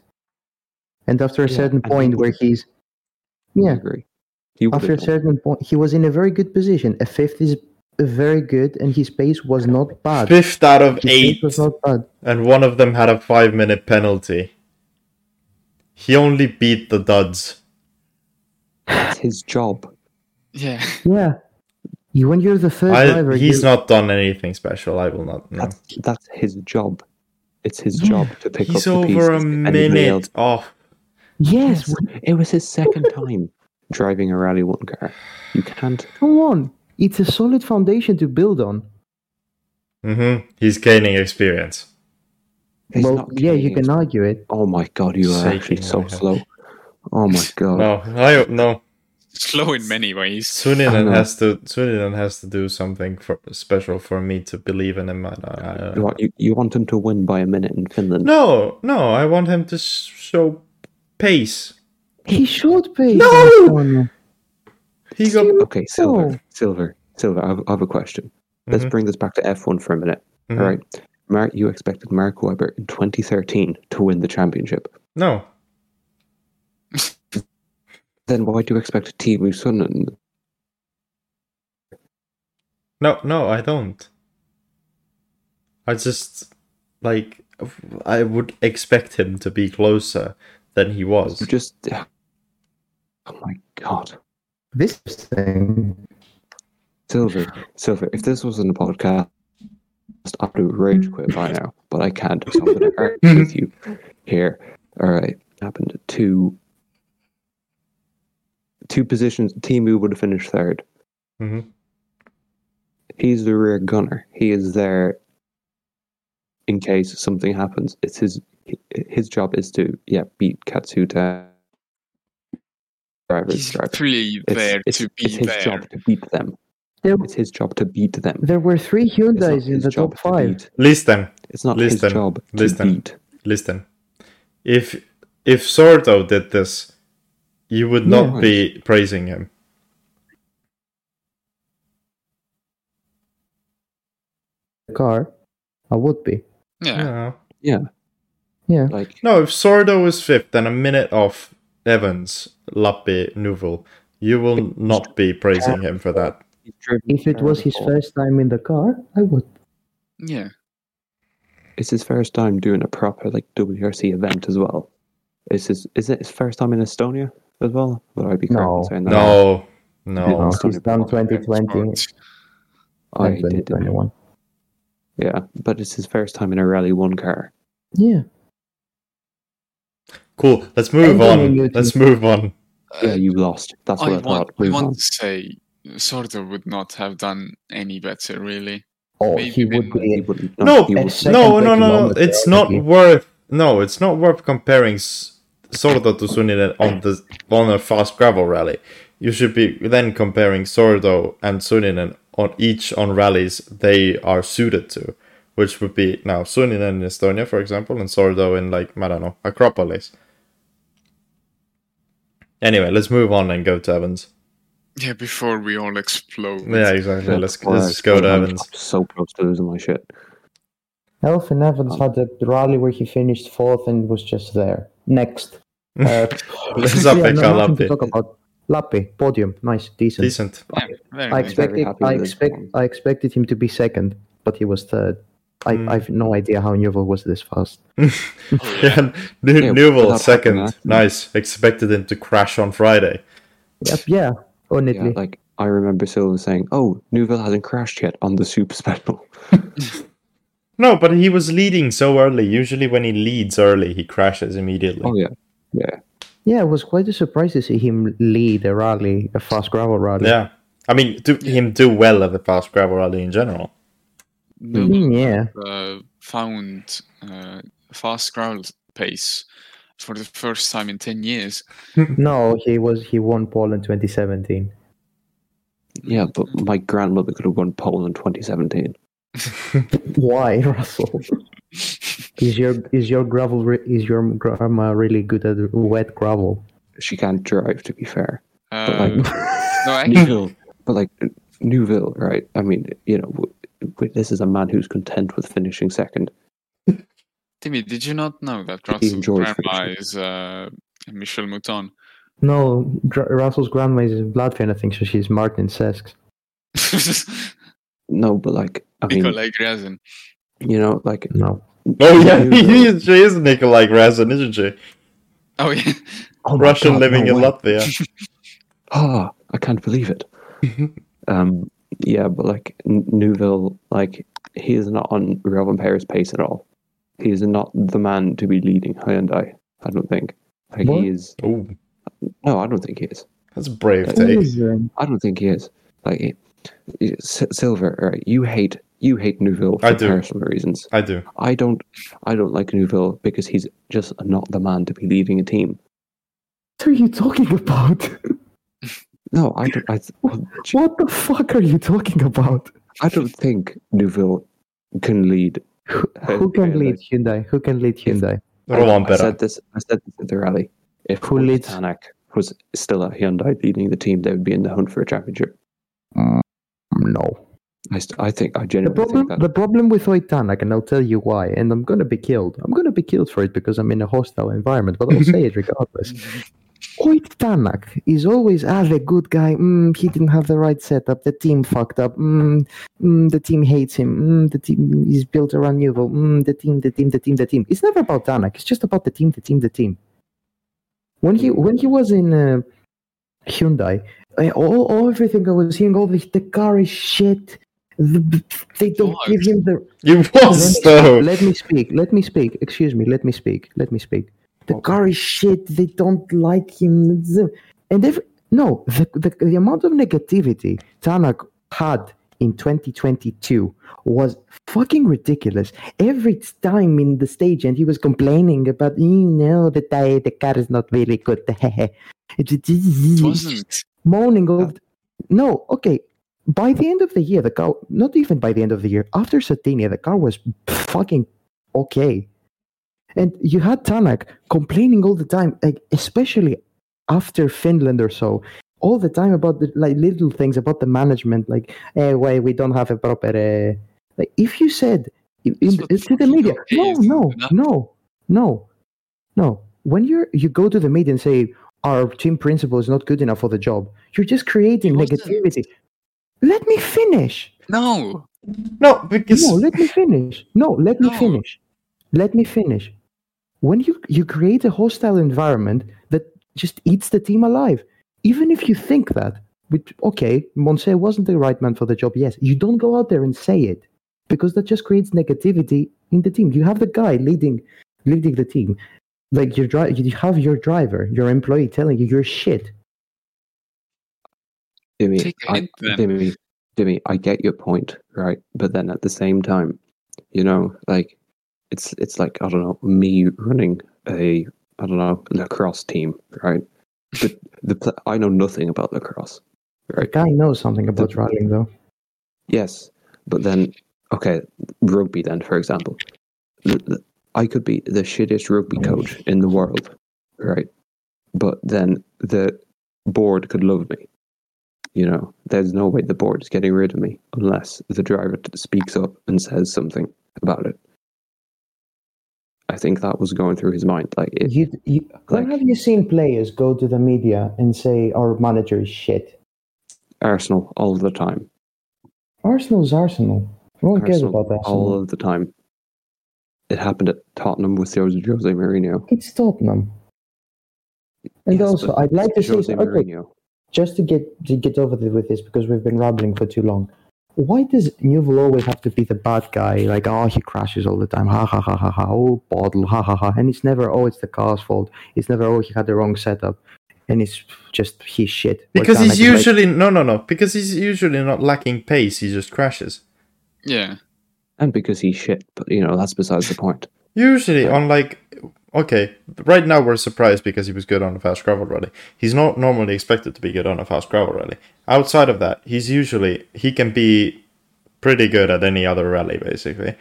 [SPEAKER 1] And after a
[SPEAKER 4] Yeah,
[SPEAKER 1] certain
[SPEAKER 4] I think
[SPEAKER 1] point where
[SPEAKER 4] it's-
[SPEAKER 1] he's.
[SPEAKER 4] I
[SPEAKER 1] Yeah,
[SPEAKER 4] agree. He would
[SPEAKER 1] after a
[SPEAKER 4] have done.
[SPEAKER 1] certain point, he was in a very good position. A fifth is very good, and his pace was not bad.
[SPEAKER 2] Fifth out of
[SPEAKER 1] His
[SPEAKER 2] eight,
[SPEAKER 1] pace was not bad.
[SPEAKER 2] and one of them had a five-minute penalty. He only beat the duds.
[SPEAKER 4] That's his job.
[SPEAKER 3] Yeah.
[SPEAKER 1] Yeah. You, when you're the third
[SPEAKER 2] I,
[SPEAKER 1] driver,
[SPEAKER 2] he's
[SPEAKER 1] you
[SPEAKER 2] not done anything special. I will not. No.
[SPEAKER 4] That's that's his job. It's his
[SPEAKER 1] Yeah.
[SPEAKER 4] job to pick
[SPEAKER 2] He's
[SPEAKER 4] up the pieces.
[SPEAKER 2] over a
[SPEAKER 4] if anybody
[SPEAKER 2] minute
[SPEAKER 4] else-
[SPEAKER 2] Oh, off.
[SPEAKER 1] yes,
[SPEAKER 4] Yes, it was his second time driving a Rally One car. You can't.
[SPEAKER 1] come on. It's a solid foundation to build on.
[SPEAKER 2] Mm-hmm. He's gaining experience.
[SPEAKER 4] he's
[SPEAKER 1] well,
[SPEAKER 4] not
[SPEAKER 1] yeah, you
[SPEAKER 4] Canadian.
[SPEAKER 1] can argue it.
[SPEAKER 4] Oh my god, you are
[SPEAKER 2] Shaking
[SPEAKER 4] actually so
[SPEAKER 2] my head.
[SPEAKER 4] slow. Oh my god.
[SPEAKER 2] No, I no.
[SPEAKER 3] Slow in many ways.
[SPEAKER 4] I
[SPEAKER 2] Suninen
[SPEAKER 4] know.
[SPEAKER 2] has to. Suninen has to do something for, special for me to believe in him. I, I- uh,
[SPEAKER 4] You, want, you, you want him to win by a minute in Finland?
[SPEAKER 2] no, no. I want him to sh- show pace.
[SPEAKER 1] He should pay.
[SPEAKER 2] No!
[SPEAKER 1] attention.
[SPEAKER 2] He Mm-hmm, got.
[SPEAKER 4] Okay, silver, silver, silver. I have, I have a question. Let's
[SPEAKER 2] Mm-hmm.
[SPEAKER 4] bring this back to F1 for a minute. all
[SPEAKER 2] Mhm.
[SPEAKER 4] right. Mark, you expected Mark Webber in 2013 to win the championship.
[SPEAKER 2] No,
[SPEAKER 4] Then why do you expect Timu Sunnen?
[SPEAKER 2] No, no, I don't. I just like I would expect him to be closer than he was.
[SPEAKER 4] You just. Oh my God.
[SPEAKER 1] This thing.
[SPEAKER 4] Silver, Silver, if this wasn't a podcast, I'd do rage quit by now, but I can't. So I'm going to argue with you here. All right. Happened to two positions. Timu would have finished third.
[SPEAKER 3] Mm-hmm.
[SPEAKER 2] Mhm.
[SPEAKER 4] He's the rear gunner. He is there in case something happens. It's his his job is to yeah beat Katsuta drivers.
[SPEAKER 3] He's
[SPEAKER 4] driver.
[SPEAKER 3] literally
[SPEAKER 4] It's-
[SPEAKER 3] there
[SPEAKER 4] it's-
[SPEAKER 3] to
[SPEAKER 4] it's
[SPEAKER 3] be
[SPEAKER 4] his
[SPEAKER 3] there.
[SPEAKER 4] job to beat them.
[SPEAKER 1] There,
[SPEAKER 4] It's his job to beat them.
[SPEAKER 1] there were three
[SPEAKER 4] It's not
[SPEAKER 1] Hyundais in
[SPEAKER 4] his
[SPEAKER 1] the
[SPEAKER 4] job
[SPEAKER 1] top
[SPEAKER 4] to
[SPEAKER 1] five.
[SPEAKER 4] beat.
[SPEAKER 2] Listen,
[SPEAKER 4] It's not
[SPEAKER 2] Listen,
[SPEAKER 4] his job to
[SPEAKER 2] listen.
[SPEAKER 4] beat.
[SPEAKER 2] listen. If if Sordo did this, you would not
[SPEAKER 4] Yeah.
[SPEAKER 2] be praising him.
[SPEAKER 1] The car, I would be.
[SPEAKER 3] Yeah,
[SPEAKER 2] No.
[SPEAKER 1] Yeah.
[SPEAKER 4] Like
[SPEAKER 2] No, if Sordo was fifth and a minute off Evans, Lappe, Nouvel, you will not be praising him for that.
[SPEAKER 4] he's driven
[SPEAKER 1] If it was his
[SPEAKER 4] terrible.
[SPEAKER 1] first time in the car, I would.
[SPEAKER 3] yeah.
[SPEAKER 4] it's his first time doing a proper like WRC event as well. It's his is it his first time in Estonia as well? Would I be correct
[SPEAKER 1] No.
[SPEAKER 4] in saying that?
[SPEAKER 2] No, no.
[SPEAKER 4] Oh,
[SPEAKER 1] No, he's done 2020
[SPEAKER 4] I
[SPEAKER 1] and
[SPEAKER 4] Oh, did.
[SPEAKER 1] 2021.
[SPEAKER 4] Yeah, but it's his first time in a Rally One car.
[SPEAKER 1] Yeah.
[SPEAKER 2] Cool. Let's move
[SPEAKER 1] Antonio
[SPEAKER 2] on.
[SPEAKER 1] Newton.
[SPEAKER 2] Let's move on.
[SPEAKER 4] Yeah, you lost. That's what I,
[SPEAKER 3] I want,
[SPEAKER 4] thought.
[SPEAKER 3] I
[SPEAKER 4] Move on.
[SPEAKER 3] want to say Sordo would not have done any better, really.
[SPEAKER 1] Oh,
[SPEAKER 3] Maybe
[SPEAKER 1] he would
[SPEAKER 3] even-
[SPEAKER 1] be
[SPEAKER 4] He
[SPEAKER 1] in
[SPEAKER 4] wouldn't-
[SPEAKER 2] No,
[SPEAKER 4] he
[SPEAKER 1] and
[SPEAKER 4] wouldn't.
[SPEAKER 1] second
[SPEAKER 2] No,
[SPEAKER 1] by
[SPEAKER 2] no, no, no.
[SPEAKER 1] kilometer,
[SPEAKER 2] It's not
[SPEAKER 1] maybe.
[SPEAKER 2] worth. No, it's not worth comparing S- Sordo to Suninen on the on a fast gravel rally. You should be then comparing Sordo and Suninen on each on rallies they are suited to, which would be now Suninen in Estonia, for example, and Sordo in like I don't know Acropolis. Anyway, let's move on and go to Evans.
[SPEAKER 3] Yeah, before we all explode.
[SPEAKER 2] Yeah, exactly. Let's
[SPEAKER 4] Or-
[SPEAKER 2] let's just go to
[SPEAKER 4] I'm
[SPEAKER 2] Evans.
[SPEAKER 4] so close to losing my shit.
[SPEAKER 1] Elfin Evans
[SPEAKER 4] Oh.
[SPEAKER 1] had a rally where he finished fourth and was just there. Next. Uh,
[SPEAKER 2] Let's up
[SPEAKER 1] yeah,
[SPEAKER 2] and
[SPEAKER 1] no,
[SPEAKER 2] call
[SPEAKER 1] nothing to
[SPEAKER 2] Lappi.
[SPEAKER 1] talk about. Lappi, podium, nice, decent.
[SPEAKER 2] Decent.
[SPEAKER 3] Yeah, very
[SPEAKER 1] I
[SPEAKER 3] nice.
[SPEAKER 4] expect-
[SPEAKER 1] expected,
[SPEAKER 4] happy
[SPEAKER 1] I
[SPEAKER 4] with it.
[SPEAKER 1] expect, I expected him to be second, but he was third. I,
[SPEAKER 4] Hmm.
[SPEAKER 2] Mm.
[SPEAKER 1] I've no idea how Newell was this fast.
[SPEAKER 3] Oh, yeah.
[SPEAKER 2] Yeah, New,
[SPEAKER 4] Yeah,
[SPEAKER 2] Newell
[SPEAKER 4] without
[SPEAKER 2] second.
[SPEAKER 4] Hakkinen.
[SPEAKER 2] Nice. Expected him to crash on Friday.
[SPEAKER 1] Yep, yeah,
[SPEAKER 4] Yeah,
[SPEAKER 1] honestly.
[SPEAKER 4] like I remember Silva saying, "Oh, Newville hasn't crashed yet on the Super Special."
[SPEAKER 2] No, but he was leading so early. Usually, when he leads early, he crashes immediately.
[SPEAKER 4] Oh yeah,
[SPEAKER 1] Yeah, it was quite a surprise to see him lead a rally, a fast gravel rally.
[SPEAKER 2] Yeah, I mean, do him do well at the fast gravel rally in general.
[SPEAKER 3] The,
[SPEAKER 1] Mm, yeah.
[SPEAKER 3] uh, found uh, fast growl pace for the first time in 10 years.
[SPEAKER 1] No, he was he won pole in 2017.
[SPEAKER 4] yeah. But my grandmother could have won pole in 2017.
[SPEAKER 1] Why, Russell? is your is your gravel re- is your grandma really good at wet gravel?
[SPEAKER 4] She can't drive, to be fair. But
[SPEAKER 3] Uh,
[SPEAKER 4] like
[SPEAKER 3] no, actually,
[SPEAKER 4] Newville, but like Newville, right? I mean, you know, w- w- this is a man who's content with finishing second.
[SPEAKER 3] Timmy, did you not know that
[SPEAKER 4] He
[SPEAKER 3] Russell's
[SPEAKER 4] enjoys
[SPEAKER 3] grandma
[SPEAKER 4] finishing.
[SPEAKER 3] is uh, Michel Mouton?
[SPEAKER 1] No, Dr- Russell's grandma is Latvian, I think, so she's Martin Sesks.
[SPEAKER 4] No, but like, I mean,
[SPEAKER 3] Nikolai Grazin.
[SPEAKER 4] you know, like,
[SPEAKER 1] No.
[SPEAKER 2] Oh yeah, he
[SPEAKER 4] Newville-
[SPEAKER 2] is, she is Nikolai Grazin, isn't she?
[SPEAKER 3] Oh, yeah.
[SPEAKER 1] Oh my
[SPEAKER 2] Russian
[SPEAKER 1] God,
[SPEAKER 2] living
[SPEAKER 1] no
[SPEAKER 2] in
[SPEAKER 1] way.
[SPEAKER 2] Latvia.
[SPEAKER 4] ah, I can't believe it. um, yeah, but like N- Newville, like he is not on Relvin Paris pace at all. He is not the man to be leading Hyundai. I don't think. Like
[SPEAKER 1] What?
[SPEAKER 4] he is.
[SPEAKER 2] Oh,
[SPEAKER 4] No, I don't think he is.
[SPEAKER 2] that's a brave
[SPEAKER 1] What
[SPEAKER 2] take.
[SPEAKER 1] is that?
[SPEAKER 4] I don't think he is. Like he- he- S- Silver, right? You hate you hate Newville for
[SPEAKER 2] I do.
[SPEAKER 4] personal reasons.
[SPEAKER 2] I do.
[SPEAKER 4] I don't. I don't like Newville because he's just not the man to be leading a team.
[SPEAKER 1] What are you talking about?
[SPEAKER 4] No, I don't. I, th-
[SPEAKER 1] What the fuck are you talking about?
[SPEAKER 4] I don't think Newville can lead.
[SPEAKER 1] Who can lead Hyundai? Who can lead Hyundai?
[SPEAKER 4] I, know,
[SPEAKER 2] Roland
[SPEAKER 4] I
[SPEAKER 2] Berra.
[SPEAKER 4] said this. I said this at the rally. If
[SPEAKER 1] Who leads-
[SPEAKER 4] Tanak was still at Hyundai leading the team, they would be in the hunt for a championship.
[SPEAKER 6] Mm, no.
[SPEAKER 4] I, st- I think I
[SPEAKER 6] The
[SPEAKER 4] genuinely
[SPEAKER 6] problem,
[SPEAKER 4] think that.
[SPEAKER 6] the problem with Oitanak, and I'll tell you why, and I'm going to be killed. I'm going to be killed for it because I'm in a hostile environment, but I'll say it regardless. Oitanak is always, ah, the good guy. Mm, he didn't have the right setup. The team fucked up. Mm, mm, the team hates him. Mm, the team is built around Nuvo. Mm, the team, the team, the team, the team. It's never about Tanak. It's just about the team, the team, the team. When he when he was in uh, Hyundai, I- all, all everything I was hearing, all the, the car is shit. The, they don't
[SPEAKER 3] What?
[SPEAKER 6] give him the
[SPEAKER 2] You was though.
[SPEAKER 6] let me speak. Let me speak. Excuse me. Let me speak. Let me speak. The car is shit. They don't like him. Z- And every, no, the, the, the amount of negativity Tanak had in 2022 was fucking ridiculous. Every time in the stage, and he was complaining about, you know, the, ti- the car is not really good.
[SPEAKER 3] It
[SPEAKER 6] it
[SPEAKER 3] wasn't.
[SPEAKER 6] moaning of no okay by the end of the year the car not even by the end of the year after Satinia the car was fucking okay and you had Tanak complaining all the time like especially after Finland or so all the time about the like little things about the management like eh, why we don't have a proper uh, like if you said in,
[SPEAKER 3] That's
[SPEAKER 6] in-
[SPEAKER 3] what the
[SPEAKER 6] to the
[SPEAKER 3] fucking
[SPEAKER 6] media
[SPEAKER 3] okay
[SPEAKER 6] no
[SPEAKER 3] is,
[SPEAKER 6] no
[SPEAKER 3] isn't it?
[SPEAKER 6] no no no when you're you go to the media and say our team principal is not good enough for the job. You're just creating
[SPEAKER 3] He wasn't.
[SPEAKER 6] negativity. Let me finish.
[SPEAKER 3] No.
[SPEAKER 2] No, because
[SPEAKER 6] No, let me finish. No, let me
[SPEAKER 3] No.
[SPEAKER 6] finish. Let me finish. When you you create a hostile environment that just eats the team alive, even if you think that, which okay, Monse wasn't the right man for the job. Yes, you don't go out there and say it because that just creates negativity in the team. You have the guy leading leading the team, like your dri- you have your driver, your employee telling you you're shit.
[SPEAKER 4] Demi,
[SPEAKER 3] Take a
[SPEAKER 4] I,
[SPEAKER 3] hint then.
[SPEAKER 4] Demi, Demi, I get your point, right? But then at the same time, you know, like it's it's like I don't know, me running a I don't know lacrosse team, right? The, the pl- I know nothing about lacrosse,
[SPEAKER 6] The
[SPEAKER 4] right?
[SPEAKER 6] guy knows something about rallying, though.
[SPEAKER 4] Yes, but then okay, rugby then, for example, The- the- I could be the shittiest rugby
[SPEAKER 6] Oh,
[SPEAKER 4] coach in the world, right? But then the board could love me. You know, there's no way the board is getting rid of me unless the driver t- speaks up and says something about it. I think that was going through his mind. Like, it,
[SPEAKER 6] You, you, when
[SPEAKER 4] like-
[SPEAKER 6] have you seen players go to the media and say our manager is shit?
[SPEAKER 4] Arsenal all the time.
[SPEAKER 6] Arsenal's Arsenal. No one cares
[SPEAKER 4] Arsenal
[SPEAKER 6] about Arsenal.
[SPEAKER 4] all of the time. It happened at Tottenham with Jose, Jose Mourinho.
[SPEAKER 6] It's Tottenham. And
[SPEAKER 4] Yes,
[SPEAKER 6] also,
[SPEAKER 4] but
[SPEAKER 6] I'd like to say,
[SPEAKER 4] Jose
[SPEAKER 6] okay,
[SPEAKER 4] Mourinho.
[SPEAKER 6] just to get to get over the- with this because we've been rambling for too long. Why does Newell always have to be the bad guy? Like, oh, he crashes all the time. Ha ha ha ha ha. Oh, bottle. Ha ha ha. And it's never, oh, it's the car's fault. It's never, oh, he had the wrong setup. And it's just his shit.
[SPEAKER 2] because
[SPEAKER 6] Or
[SPEAKER 2] he's
[SPEAKER 6] Tanak is like-
[SPEAKER 2] usually no, no, no. Because he's usually not lacking pace. He just crashes.
[SPEAKER 3] Yeah.
[SPEAKER 4] and because he's shit. But you know that's besides the point.
[SPEAKER 2] Usually on like okay, right now we're surprised because he was good on a fast gravel rally. He's not normally expected to be good on a fast gravel rally. Outside of that, he's usually he can be pretty good at any other rally basically.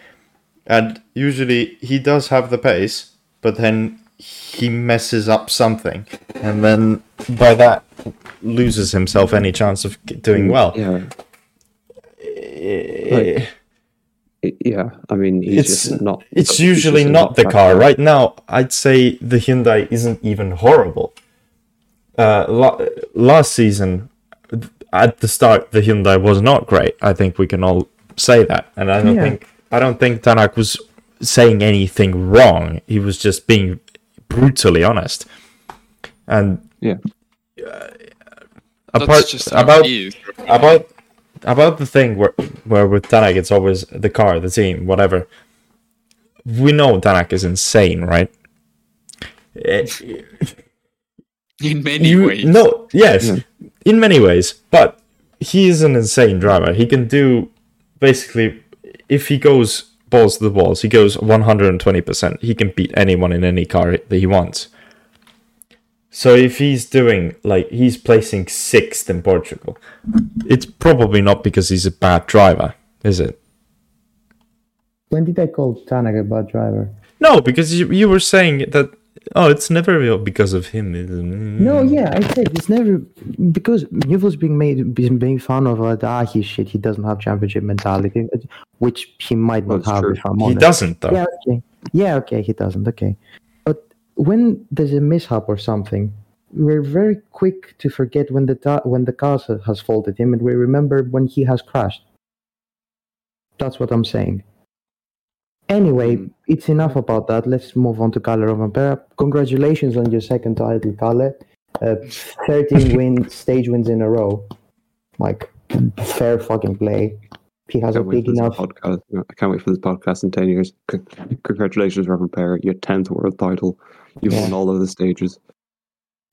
[SPEAKER 2] And usually he does have the pace, but then he messes up something and then by that loses himself any chance of g- doing well.
[SPEAKER 4] Yeah, I- yeah. I mean, he's
[SPEAKER 2] It's-
[SPEAKER 4] just not.
[SPEAKER 2] It's
[SPEAKER 4] he's
[SPEAKER 2] usually
[SPEAKER 4] just
[SPEAKER 2] not the
[SPEAKER 4] that-
[SPEAKER 2] car. Right now, I'd say the Hyundai isn't even horrible. Uh, la- last season, th- at the start, the Hyundai was not great. I think we can all say that, and I don't
[SPEAKER 6] Yeah.
[SPEAKER 2] think I don't think Tanak was saying anything wrong. He was just being brutally honest. And
[SPEAKER 4] Yeah,
[SPEAKER 3] That's
[SPEAKER 2] apart
[SPEAKER 3] just how
[SPEAKER 2] about
[SPEAKER 3] he is.
[SPEAKER 2] about about the thing where where with Tanak it's always the car, the team, whatever. We know Tanak is insane, right? Eh,
[SPEAKER 3] In many
[SPEAKER 2] you-
[SPEAKER 3] ways.
[SPEAKER 2] No, yes,
[SPEAKER 4] Yeah.
[SPEAKER 2] in many ways, but he is an insane driver. He can do basically if he goes balls to the walls, he goes 120%. He can beat anyone in any car that he wants. So if he's doing like he's placing 6th in Portugal, it's probably not because he's a bad driver, is it?
[SPEAKER 6] When did I call Tanak a bad driver?
[SPEAKER 2] No, because you, you were saying that Oh, it's never because of him. is it?
[SPEAKER 1] No, yeah, I said it's never because Newell's being made being made fun of uh, ah he's shit. He doesn't have championship mentality, which he might not
[SPEAKER 4] That's
[SPEAKER 1] have.
[SPEAKER 4] true.
[SPEAKER 1] If I'm
[SPEAKER 2] He
[SPEAKER 1] honest.
[SPEAKER 2] doesn't though.
[SPEAKER 1] Yeah, okay. Yeah, okay, he doesn't. Okay. But when there's a mishap or something, we're very quick to forget when the ta- when the car s- has faulted him and we remember when he has crashed. That's what I'm saying. Anyway,
[SPEAKER 4] Hmm.
[SPEAKER 1] it's enough about that. Let's move on to Kalle Rovanpera. Congratulations on your second title, Kalle. Uh, 13 win stage wins in a row. Like fair fucking play. He has a
[SPEAKER 4] Can't wait,
[SPEAKER 1] big
[SPEAKER 4] for this
[SPEAKER 1] enough
[SPEAKER 4] podcast. I can't wait for this podcast in 10 years. C- Congratulations, Reverend Pair. Your 10th world title. You've
[SPEAKER 1] Yeah.
[SPEAKER 4] won all of the stages.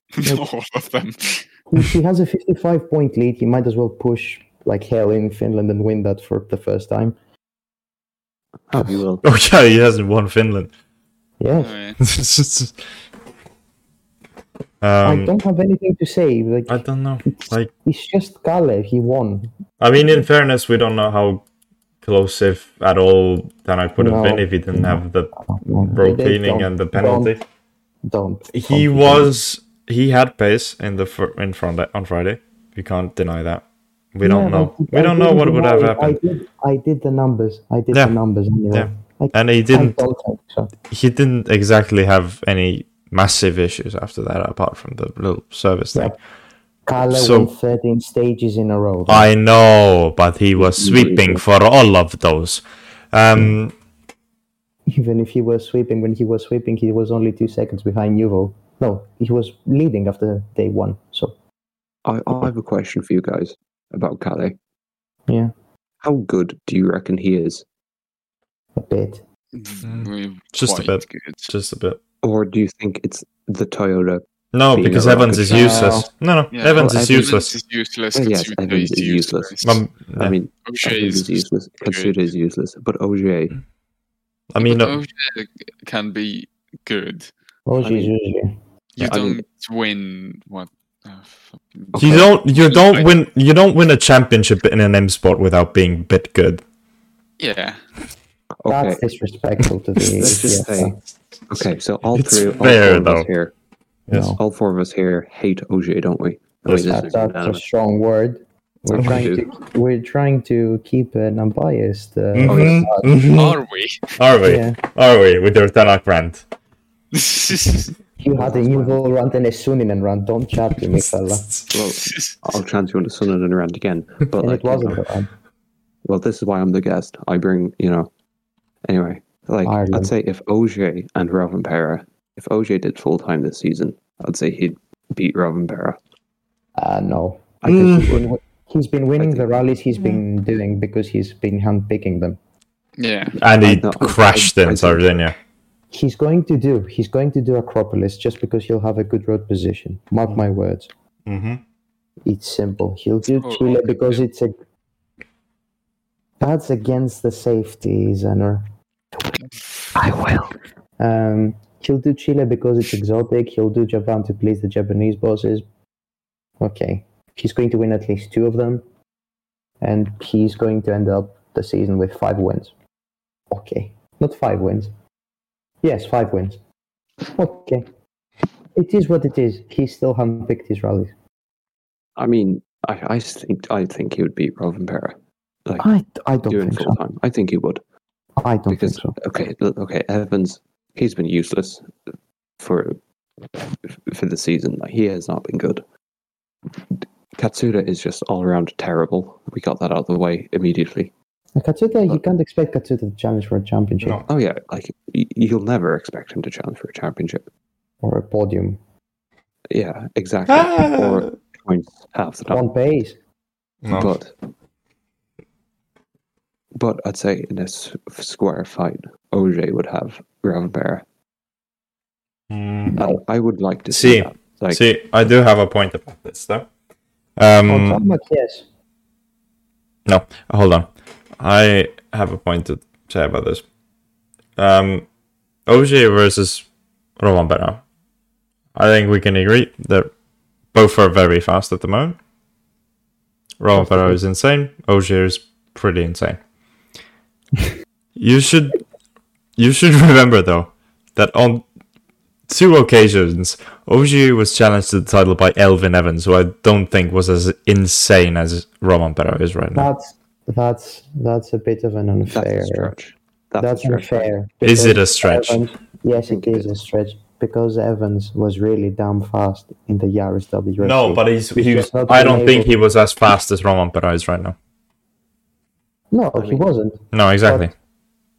[SPEAKER 3] all of them.
[SPEAKER 1] if he has a 55 point lead, he might as well push like hell in Finland and win that for the first time.
[SPEAKER 4] You will.
[SPEAKER 2] Oh yeah, he hasn't won Finland.
[SPEAKER 3] Oh,
[SPEAKER 1] Yes.
[SPEAKER 3] yeah.
[SPEAKER 1] I
[SPEAKER 2] um,
[SPEAKER 1] don't have anything to say. Like
[SPEAKER 2] I don't know. Like,
[SPEAKER 1] it's just Kalle. He won.
[SPEAKER 2] I mean, in fairness, we don't know how close, if at all, Tanak would have
[SPEAKER 1] No.
[SPEAKER 2] been if he didn't have the road
[SPEAKER 1] They
[SPEAKER 2] cleaning
[SPEAKER 1] don't-
[SPEAKER 2] and the penalty.
[SPEAKER 1] Don't.
[SPEAKER 2] He was, he had pace in the fir- in front on Friday. We can't deny that. We don't
[SPEAKER 1] Yeah,
[SPEAKER 2] know.
[SPEAKER 1] I did-
[SPEAKER 2] we
[SPEAKER 1] I
[SPEAKER 2] don't know what
[SPEAKER 1] didn't
[SPEAKER 2] would
[SPEAKER 1] deny
[SPEAKER 2] have
[SPEAKER 1] it.
[SPEAKER 2] happened.
[SPEAKER 1] I did, I did the numbers. I did
[SPEAKER 2] Yeah.
[SPEAKER 1] the numbers. Anyway.
[SPEAKER 2] Yeah. Mm.
[SPEAKER 1] I,
[SPEAKER 2] And he
[SPEAKER 1] I
[SPEAKER 2] didn't.
[SPEAKER 1] don't think so.
[SPEAKER 2] He didn't exactly have any massive issues after that, apart from the little service thing.
[SPEAKER 1] Kalle
[SPEAKER 2] So-
[SPEAKER 1] won 13 stages in a row.
[SPEAKER 2] I know, but he was sweeping for all of those. Um,
[SPEAKER 4] Hmm.
[SPEAKER 1] Even if he was sweeping, when he was sweeping, he was only two seconds behind Yuval. No, he was leading after day one. So
[SPEAKER 4] I, I have a question for you guys about Calais.
[SPEAKER 1] Yeah.
[SPEAKER 4] How good do you reckon he is?
[SPEAKER 1] a bit.
[SPEAKER 3] We're
[SPEAKER 2] Just a
[SPEAKER 3] quite
[SPEAKER 2] bit.
[SPEAKER 3] Good.
[SPEAKER 2] just a bit.
[SPEAKER 4] Or do you think it's the Toyota?
[SPEAKER 2] No,
[SPEAKER 4] Being
[SPEAKER 2] because
[SPEAKER 4] a
[SPEAKER 2] Evans
[SPEAKER 4] rocket
[SPEAKER 2] is
[SPEAKER 4] ship.
[SPEAKER 2] useless. No, no,
[SPEAKER 3] Yeah,
[SPEAKER 2] Evans
[SPEAKER 4] well,
[SPEAKER 2] is
[SPEAKER 4] Evans
[SPEAKER 2] useless.
[SPEAKER 3] is useless.
[SPEAKER 4] Oh, yes,
[SPEAKER 3] Katsuta
[SPEAKER 4] Evans
[SPEAKER 3] is
[SPEAKER 4] is useless.
[SPEAKER 3] useless.
[SPEAKER 2] Um, yeah.
[SPEAKER 4] I mean,
[SPEAKER 3] O'Shea
[SPEAKER 4] Toyota is
[SPEAKER 3] is
[SPEAKER 4] useless. Katsuta is useless. But Ogier,
[SPEAKER 2] I mean,
[SPEAKER 3] but
[SPEAKER 2] uh,
[SPEAKER 3] O'Shea can be good.
[SPEAKER 1] Oh,
[SPEAKER 4] I mean-
[SPEAKER 1] Jesus, yeah.
[SPEAKER 3] You
[SPEAKER 4] I mean-
[SPEAKER 3] don't win what. Uh, fucking-
[SPEAKER 4] Okay.
[SPEAKER 2] you don't, you
[SPEAKER 3] I-
[SPEAKER 2] don't win, you don't win a championship in an M sport without being bit good.
[SPEAKER 3] Yeah,
[SPEAKER 4] okay,
[SPEAKER 1] That's disrespectful to the
[SPEAKER 4] let's just
[SPEAKER 1] yeah,
[SPEAKER 4] say, okay. So all
[SPEAKER 2] It's
[SPEAKER 4] three, all
[SPEAKER 2] fair,
[SPEAKER 4] four of
[SPEAKER 2] though.
[SPEAKER 4] us here,
[SPEAKER 2] Yes.
[SPEAKER 1] No,
[SPEAKER 4] all four of us here hate Ogier, don't we? No,
[SPEAKER 2] Yes.
[SPEAKER 4] we
[SPEAKER 1] that,
[SPEAKER 4] disagree,
[SPEAKER 1] that's a
[SPEAKER 4] unanimous.
[SPEAKER 1] strong word. We're
[SPEAKER 4] Okay.
[SPEAKER 1] trying to we're trying to keep an unbiased. Uh,
[SPEAKER 4] Oh,
[SPEAKER 2] Mhm,
[SPEAKER 1] uh,
[SPEAKER 2] mhm.
[SPEAKER 3] are we?
[SPEAKER 2] Are we?
[SPEAKER 1] yeah.
[SPEAKER 2] Are we with your Tanak rant?
[SPEAKER 4] Mm.
[SPEAKER 1] You had a new goal rant and a Suninen rant. Don't chat to me, fella.
[SPEAKER 4] Well, I'll chance you on the sun and around again. But
[SPEAKER 1] And
[SPEAKER 4] like,
[SPEAKER 1] it wasn't
[SPEAKER 4] you know,
[SPEAKER 1] a rant.
[SPEAKER 4] well, this is why I'm the guest. I bring, you know. Anyway, like
[SPEAKER 1] Ireland.
[SPEAKER 4] I'd say if Ogier and Robin Pera, if Ogier did full time this season, I'd say he'd beat Robin Pera.
[SPEAKER 1] Uh, no,
[SPEAKER 4] I think he
[SPEAKER 1] He's
[SPEAKER 4] would.
[SPEAKER 1] been- he's been winning
[SPEAKER 4] Mm. I
[SPEAKER 1] the
[SPEAKER 4] think-
[SPEAKER 1] rallies he's been doing because he's been handpicking them.
[SPEAKER 3] yeah,
[SPEAKER 2] And
[SPEAKER 4] I
[SPEAKER 2] he
[SPEAKER 4] don't- I-
[SPEAKER 2] crashed
[SPEAKER 4] I
[SPEAKER 2] in
[SPEAKER 4] don't-
[SPEAKER 2] Sardinia.
[SPEAKER 1] He's going to do. He's going to do Acropolis just because he'll have a good road position. Mark my words.
[SPEAKER 2] Mm-hmm.
[SPEAKER 1] It's simple. He'll do
[SPEAKER 3] Oh,
[SPEAKER 1] Chile
[SPEAKER 3] okay,
[SPEAKER 1] because
[SPEAKER 3] yeah.
[SPEAKER 1] it's a. That's against the safety, Zener.
[SPEAKER 4] I will.
[SPEAKER 1] Um, he'll do Chile because it's exotic. He'll do Japan to please the Japanese bosses. Okay. He's going to win at least two of them. And he's going to end up the season with five wins. Okay. Not five wins. Yes, five wins. Okay. It is what it is. He still handpicked his rallies.
[SPEAKER 4] I mean, I, I think I think he would beat Robin Pera. Like
[SPEAKER 1] I, I don't
[SPEAKER 4] doing
[SPEAKER 1] think so.
[SPEAKER 4] full time. I think he would.
[SPEAKER 1] I don't
[SPEAKER 4] because uh,
[SPEAKER 1] think so.
[SPEAKER 4] okay, look, okay, Evans, he's been useless for for the season. Like he has not been good. Katsuda is just all around terrible. We got that out of the way immediately.
[SPEAKER 1] Katsuta, you can't expect Katsuta to challenge for a championship
[SPEAKER 2] No.
[SPEAKER 4] Oh yeah, like y- you'll never expect him to challenge for a championship.
[SPEAKER 1] or a podium
[SPEAKER 4] Yeah, exactly.
[SPEAKER 2] Ah!
[SPEAKER 4] Or points half the time.
[SPEAKER 1] on pace.
[SPEAKER 2] No.
[SPEAKER 4] But but I'd say in a s- square fight, OJ would have Ravenberg.
[SPEAKER 2] Mm.
[SPEAKER 4] And I would like to
[SPEAKER 2] See.
[SPEAKER 4] see, that. Like,
[SPEAKER 2] See, I do have a point about this though. Um,
[SPEAKER 1] On tarmac, yes.
[SPEAKER 2] No, hold on. I have a point to say about this. Um, OJ versus Roman Berna. I think we can agree that both are very fast at the moment. Roman Berna is insane. OJ is pretty insane. you should, you should remember though that on two occasions, Ogier was challenged to the title by Elvin Evans, who I don't think was as insane as Roman Perez is right now.
[SPEAKER 1] That's that's that's a bit of an
[SPEAKER 4] That's a
[SPEAKER 1] unfair.
[SPEAKER 4] stretch.
[SPEAKER 1] That's,
[SPEAKER 4] a stretch.
[SPEAKER 1] unfair.
[SPEAKER 2] Is it a
[SPEAKER 1] because
[SPEAKER 2] stretch?
[SPEAKER 1] Evans- yes, it is a stretch because Evans was really damn fast in the Yaris WRC.
[SPEAKER 2] No, but he's,
[SPEAKER 1] He's
[SPEAKER 2] he was,
[SPEAKER 1] just not
[SPEAKER 2] I don't
[SPEAKER 1] been
[SPEAKER 2] think
[SPEAKER 1] able-
[SPEAKER 2] he was as fast as Roman Perez right now.
[SPEAKER 1] no, he wasn't.
[SPEAKER 2] No, exactly.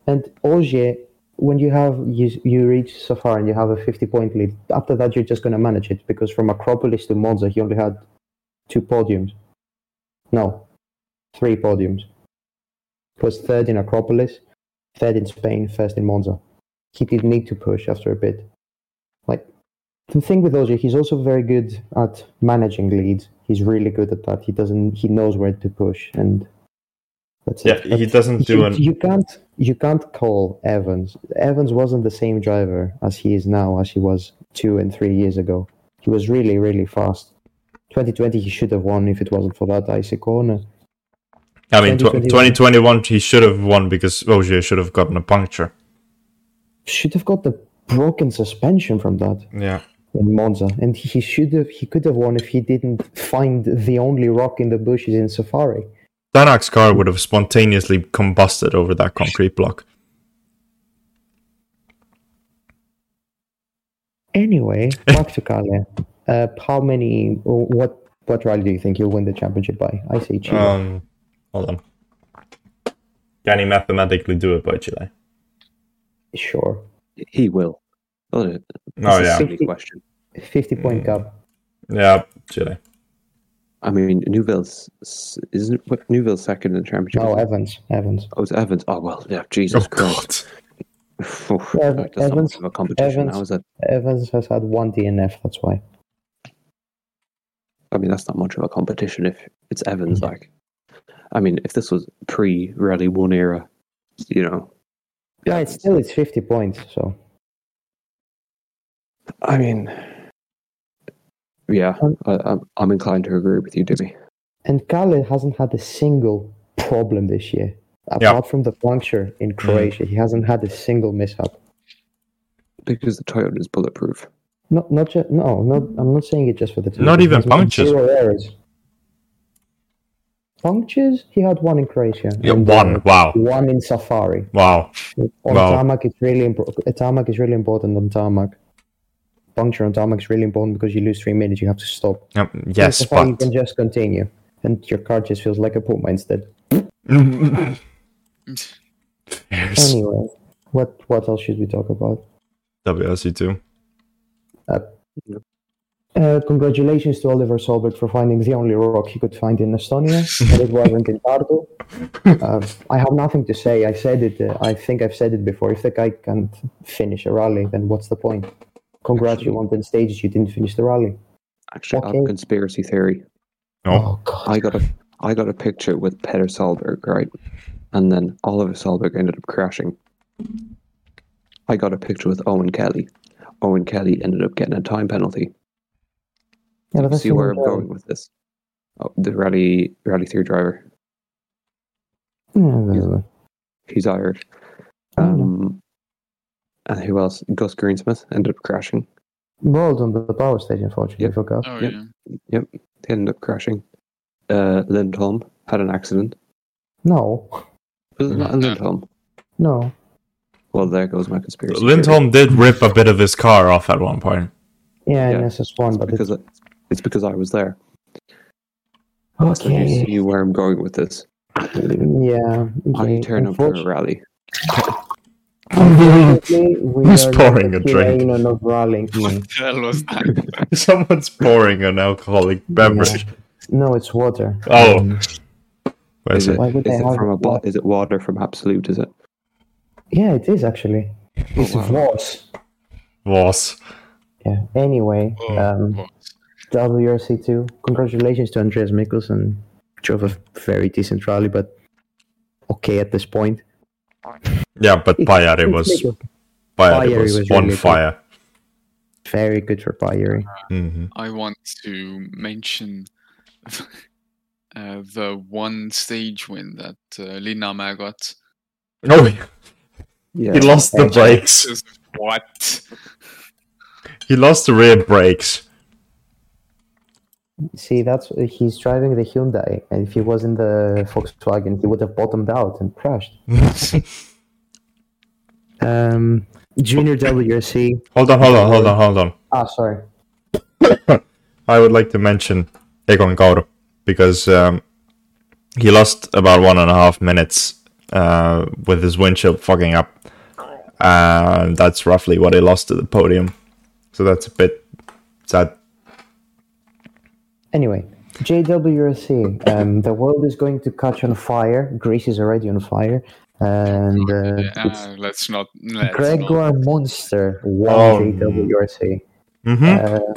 [SPEAKER 1] And Ogier, when you have you, you reach so far and you have a 50 point lead, after that you're just going to manage it because from Acropolis to Monza he only had two podiums. No, three podiums. He was third in Acropolis, third in Spain, first in Monza. He did need to push after a bit. Like the thing with Ogier, he's also very good at managing leads. He's really good at that. He doesn't. He knows where to push, and that's
[SPEAKER 2] Yeah,
[SPEAKER 1] it. But-
[SPEAKER 2] he doesn't do
[SPEAKER 1] you,
[SPEAKER 2] an.
[SPEAKER 1] you can't you can't call Evans. Evans wasn't the same driver as he is now, as he was two and three years ago. He was really, really fast. 2020, he should have won if it wasn't for that icy corner.
[SPEAKER 2] I mean, tw-
[SPEAKER 1] 2021.
[SPEAKER 2] 2021 he should have won because Ogier should have gotten a puncture.
[SPEAKER 1] Should have got the broken suspension from that
[SPEAKER 2] Yeah.
[SPEAKER 1] in Monza, and he should have he could have won if he didn't find the only rock in the bushes in Safari.
[SPEAKER 2] Danak's car would have spontaneously combusted over that concrete block.
[SPEAKER 1] Anyway, back to Kalle. Uh, how many? What what rally do you think you'll win the championship by? I say Chile.
[SPEAKER 2] Um, hold on. Can he mathematically do it by Chile?
[SPEAKER 1] sure.
[SPEAKER 4] He will. Oh, it's
[SPEAKER 2] Oh
[SPEAKER 4] a
[SPEAKER 2] yeah,
[SPEAKER 4] silly question.
[SPEAKER 1] 50 point
[SPEAKER 2] Hmm.
[SPEAKER 1] gap.
[SPEAKER 2] yeah, Chile.
[SPEAKER 4] I mean, Newville's s- isn't what- Newville's second in the championship.
[SPEAKER 1] No,
[SPEAKER 4] isn't it?
[SPEAKER 1] Evans. Evans.
[SPEAKER 4] oh, it's Evans. Oh well, yeah. Jesus Christ. Phew,
[SPEAKER 1] Ev-
[SPEAKER 4] that's not
[SPEAKER 1] Evans-
[SPEAKER 4] much of a competition.
[SPEAKER 1] Evans-
[SPEAKER 4] How is that?
[SPEAKER 1] Evans has had one DNF, that's why.
[SPEAKER 4] I mean, that's not much of a competition if it's Evans. Like, I mean, if this was pre Rally One era, you know,
[SPEAKER 1] Yeah, it's still it's 50 points, so.
[SPEAKER 4] I mean, yeah,
[SPEAKER 1] Um,
[SPEAKER 4] I, I'm, I'm inclined to agree with you, Dibby.
[SPEAKER 1] And Kalle hasn't had a single problem this year. Apart
[SPEAKER 2] Yeah. Hmm.
[SPEAKER 1] from the puncture in Croatia, he hasn't had a single mishap.
[SPEAKER 4] Because the Toyota is bulletproof.
[SPEAKER 1] Not, not just, no, not, I'm not saying it just for the team.
[SPEAKER 2] Not even
[SPEAKER 1] He's made
[SPEAKER 2] punctures.
[SPEAKER 1] Zero errors. Punctures? He had one in Croatia.
[SPEAKER 2] Yeah,
[SPEAKER 1] and,
[SPEAKER 2] one.
[SPEAKER 1] uh,
[SPEAKER 2] Wow,
[SPEAKER 1] One in Safari.
[SPEAKER 2] wow.
[SPEAKER 1] On
[SPEAKER 2] Wow.
[SPEAKER 1] tarmac, it's really important. Tarmac is really important on tarmac. Puncture on tarmac is really important because you lose three minutes. You have to stop.
[SPEAKER 2] Um, yes,
[SPEAKER 1] That's how you
[SPEAKER 2] but
[SPEAKER 1] can just continue, and your car just feels like a puma instead.
[SPEAKER 2] There's
[SPEAKER 1] Anyway, what what else should we talk about?
[SPEAKER 2] WRC two.
[SPEAKER 1] Uh, congratulations to Oliver Solberg for finding the only rock he could find in Estonia, and it wasn't in Tartu. Uh, I have nothing to say. I said it. Uh, I think I've said it before. If the guy can't finish a rally, then what's the point? Congrats, you won ten stages. You didn't finish the rally.
[SPEAKER 4] Actually, I have
[SPEAKER 1] Okay.
[SPEAKER 4] a conspiracy theory.
[SPEAKER 2] No,
[SPEAKER 4] Oh,
[SPEAKER 1] God!
[SPEAKER 4] I got a I got a picture with Peter Solberg, right? And then Oliver Solberg ended up crashing. I got a picture with Owen Kelly. Owen Kelly ended up getting a time penalty.
[SPEAKER 1] Yeah, but that's
[SPEAKER 4] See where I'm
[SPEAKER 1] even better.
[SPEAKER 4] going with this. Oh, the rally rally three driver.
[SPEAKER 1] Yeah, yeah, yeah.
[SPEAKER 4] He's Irish.
[SPEAKER 1] I know.
[SPEAKER 4] Um, and who else? Gus Greensmith ended up crashing.
[SPEAKER 1] Rolled on the power stage, unfortunately,
[SPEAKER 4] Yep.
[SPEAKER 1] for Gus.
[SPEAKER 3] Oh
[SPEAKER 4] Yep.
[SPEAKER 3] yeah.
[SPEAKER 4] He ended up crashing. Uh, Lindholm had an accident.
[SPEAKER 1] No,
[SPEAKER 4] Was it not in
[SPEAKER 3] Yeah.
[SPEAKER 4] Lindholm?
[SPEAKER 1] no.
[SPEAKER 4] Well, there goes my conspiracy. theory.
[SPEAKER 2] Lindholm did rip a bit of his car off at one point.
[SPEAKER 1] Yeah,
[SPEAKER 4] Yeah,
[SPEAKER 1] in SS1, but
[SPEAKER 4] because
[SPEAKER 1] it's...
[SPEAKER 4] I- it's because I was there. So you
[SPEAKER 1] Okay.
[SPEAKER 4] see where I'm going with this.
[SPEAKER 1] Yeah.
[SPEAKER 4] I
[SPEAKER 1] okay.
[SPEAKER 4] turn up for a rally.
[SPEAKER 1] Unfortunately, we
[SPEAKER 2] Who's
[SPEAKER 1] are not
[SPEAKER 2] pouring a
[SPEAKER 1] the
[SPEAKER 2] drink?
[SPEAKER 1] Tirreno of Raleigh.
[SPEAKER 3] What the hell was that?
[SPEAKER 2] Someone's pouring an alcoholic beverage.
[SPEAKER 1] No, it's water.
[SPEAKER 2] Oh, where's
[SPEAKER 4] Is
[SPEAKER 2] it?
[SPEAKER 4] it,
[SPEAKER 1] Why would
[SPEAKER 4] is
[SPEAKER 1] they
[SPEAKER 4] it
[SPEAKER 1] have
[SPEAKER 4] from a bo-
[SPEAKER 1] water?
[SPEAKER 4] Is it water from Absolute? Is it?
[SPEAKER 1] Yeah, it is actually. It's
[SPEAKER 6] Oh,
[SPEAKER 4] wow.
[SPEAKER 1] Voss.
[SPEAKER 2] Was
[SPEAKER 1] Yeah. Anyway,
[SPEAKER 3] Oh,
[SPEAKER 1] um,
[SPEAKER 3] what?
[SPEAKER 1] WRC2. Congratulations to Andreas Mikkelsen. Drove a very decent rally, but okay at this point.
[SPEAKER 2] yeah, but Payari was Payari
[SPEAKER 1] Pajarri
[SPEAKER 2] was
[SPEAKER 1] was
[SPEAKER 2] on
[SPEAKER 1] really good.
[SPEAKER 2] fire.
[SPEAKER 1] Very good for Bayeri.
[SPEAKER 2] Mhm.
[SPEAKER 3] I want to mention uh, the one stage win that uh, Linama got.
[SPEAKER 2] Oh,
[SPEAKER 4] Yeah.
[SPEAKER 2] he lost the brakes.
[SPEAKER 3] Just what?
[SPEAKER 2] He lost the rear brakes.
[SPEAKER 1] See, that's he's driving the Hyundai, and if he was in the Volkswagen, he would have bottomed out and crashed. Um, Junior WRC.
[SPEAKER 2] Hold on, hold on, hold on, hold on.
[SPEAKER 1] Ah, sorry.
[SPEAKER 2] I would like to mention Egon Kaur because um, he lost about one and a half minutes uh, with his windshield fucking up. Uh, that's roughly what he lost to the podium. So that's a bit sad.
[SPEAKER 1] Anyway, JWRC. Um, the world is going to catch on fire. Greece is already on fire, and uh, it's
[SPEAKER 3] Uh, let's not. Let's not.
[SPEAKER 1] Gregor Monster won
[SPEAKER 2] Oh,
[SPEAKER 1] JWRC.
[SPEAKER 2] Mm-hmm.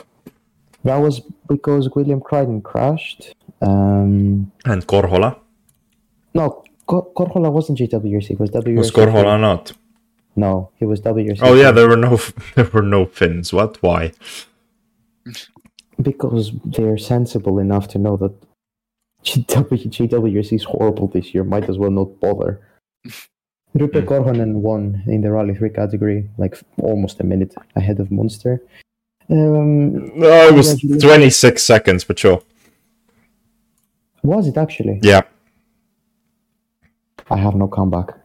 [SPEAKER 1] That was because William Crichton crashed. Um,
[SPEAKER 2] and Korhola?
[SPEAKER 1] no, Cor- Corhola wasn't JWRC. It was WRC.
[SPEAKER 2] Was Korhola not?
[SPEAKER 1] No, he was WRC.
[SPEAKER 2] Oh yeah, there were no there were no fins. What? Why?
[SPEAKER 1] because they're sensible enough to know that GW, GWRC is horrible this year. Might as well not bother. Rupe Korhonen won in the Rally 3 category, like f- almost a minute ahead of Monster. Um,
[SPEAKER 2] No, it was 26 seconds, but sure.
[SPEAKER 1] was it actually?
[SPEAKER 2] Yeah.
[SPEAKER 1] I have no comeback.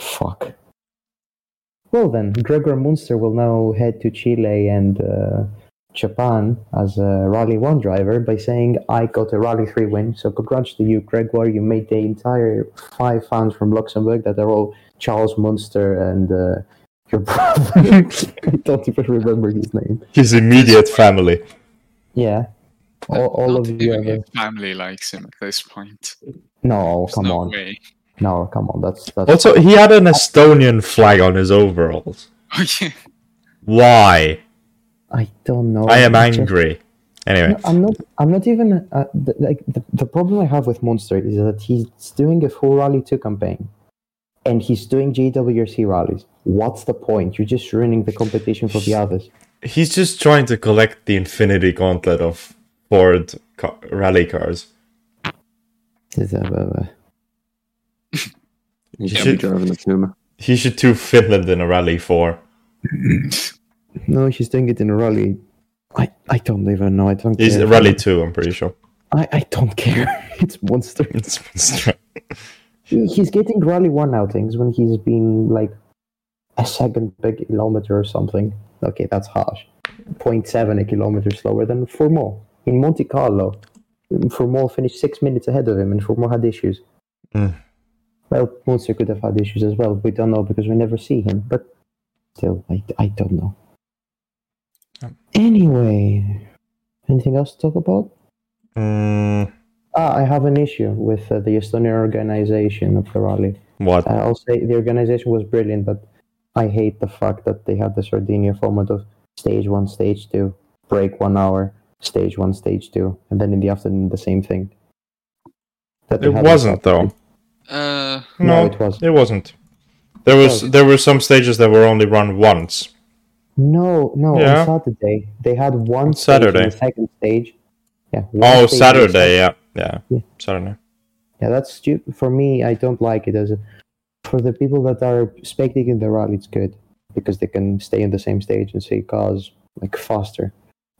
[SPEAKER 1] Fuck. Well then, Gregor Munster will now head to Chile and uh, Japan as a Rally 1 driver by saying, I got a Rally 3 win, so congrats to you, Gregor. You made the entire five fans from Luxembourg that are all Charles Munster and uh, your brother. I don't even remember his name.
[SPEAKER 2] His immediate family.
[SPEAKER 1] Yeah. All, all
[SPEAKER 3] Not
[SPEAKER 1] of you
[SPEAKER 3] even
[SPEAKER 1] ever.
[SPEAKER 3] his family likes him at this point.
[SPEAKER 1] No,
[SPEAKER 3] There's
[SPEAKER 1] come
[SPEAKER 3] no
[SPEAKER 1] on.
[SPEAKER 3] way.
[SPEAKER 1] No, come on. That's, that's
[SPEAKER 2] Also, he had an Estonian flag on his overalls.
[SPEAKER 3] Oh, yeah.
[SPEAKER 2] Why?
[SPEAKER 1] I don't know.
[SPEAKER 2] I am
[SPEAKER 1] It's just-
[SPEAKER 2] angry.
[SPEAKER 1] No,
[SPEAKER 2] Anyway,
[SPEAKER 1] I'm not. I'm not even. Uh, th- like the, the problem I have with Monster is that he's doing a full Rally Two campaign, and he's doing JWRC rallies. What's the point? You're just ruining the competition for the others.
[SPEAKER 2] he's just trying to collect the Infinity Gauntlet of Ford ca- rally cars.
[SPEAKER 1] Is that, uh,
[SPEAKER 4] You
[SPEAKER 2] Yeah,
[SPEAKER 4] should be
[SPEAKER 2] but-
[SPEAKER 4] driving the Puma.
[SPEAKER 2] He should do Finland in a rally for.
[SPEAKER 1] No, he's doing it in a rally. I, I don't even know. I don't.
[SPEAKER 2] He's
[SPEAKER 1] care.
[SPEAKER 2] rally two, I'm pretty sure.
[SPEAKER 1] I, I don't care. it's Monster.
[SPEAKER 2] It's it's-
[SPEAKER 1] He, he's getting Rally One outings when he's been like a second per kilometer or something. Okay, that's harsh. 0.7 a kilometer slower than Formo in Monte Carlo. Formo finished six minutes ahead of him, and Formo had issues.
[SPEAKER 2] Mm.
[SPEAKER 1] Well, Munster could have had issues as well. We don't know because we never see him. But still, I, I don't know. Anyway, anything else to talk about?
[SPEAKER 2] Mm,
[SPEAKER 1] Ah, I have an issue with uh, the Estonian organization of the rally.
[SPEAKER 2] what?
[SPEAKER 1] Uh, I'll say the organization was brilliant, but I hate the fact that they had the Sardinia format of stage one, stage two, break one hour, stage one, stage two, and then in the afternoon the same thing. That they
[SPEAKER 2] It
[SPEAKER 1] had in
[SPEAKER 2] wasn't
[SPEAKER 1] Saudi.
[SPEAKER 2] though.
[SPEAKER 3] Uh,
[SPEAKER 1] No,
[SPEAKER 2] No,
[SPEAKER 1] it wasn't.
[SPEAKER 2] it wasn't. There was there were some stages that were only run once.
[SPEAKER 1] No, no,
[SPEAKER 2] Yeah.
[SPEAKER 1] on Saturday they had one
[SPEAKER 2] On
[SPEAKER 1] stage in
[SPEAKER 2] Saturday.
[SPEAKER 1] the second stage. Yeah. one
[SPEAKER 2] Oh,
[SPEAKER 1] stage in the
[SPEAKER 2] Saturday, yeah, yeah,
[SPEAKER 1] Yeah.
[SPEAKER 2] Saturday.
[SPEAKER 1] Yeah, that's stupid. For me, I don't like it as a, for the people that are spectating the rally. It's good because they can stay in the same stage and see cars like faster,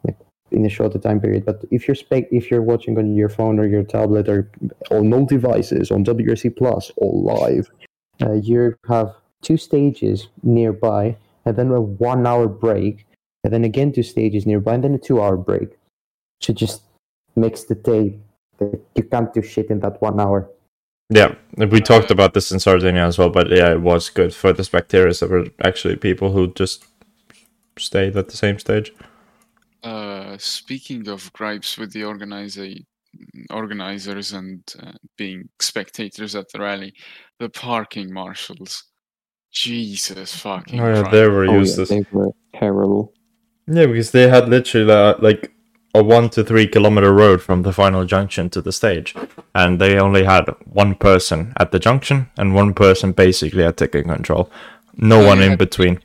[SPEAKER 1] like in a shorter time period. But if you're spec, if you're watching on your phone or your tablet or on all devices on WRC Plus or live, uh, you have two stages nearby and then a one-hour break, and then again two stages nearby, and then a two-hour break. So just makes the day that you can't do shit in that one hour.
[SPEAKER 2] Yeah, we talked about this in Sardinia as well, but yeah, it was good for the spectators that were actually people who just stayed at the same stage.
[SPEAKER 3] uh, speaking of gripes with the organizer, organizers and uh, being spectators at the rally, the parking marshals. Jesus fucking
[SPEAKER 2] Oh, yeah,
[SPEAKER 3] Christ.
[SPEAKER 2] they were
[SPEAKER 4] Oh, yeah,
[SPEAKER 2] useless.
[SPEAKER 4] they were terrible.
[SPEAKER 2] Yeah, because they had literally uh, like a one to three kilometer road from the final junction to the stage, and they only had one person at the junction and one person basically at ticket control. No
[SPEAKER 3] Oh,
[SPEAKER 2] one
[SPEAKER 3] yeah.
[SPEAKER 2] in between.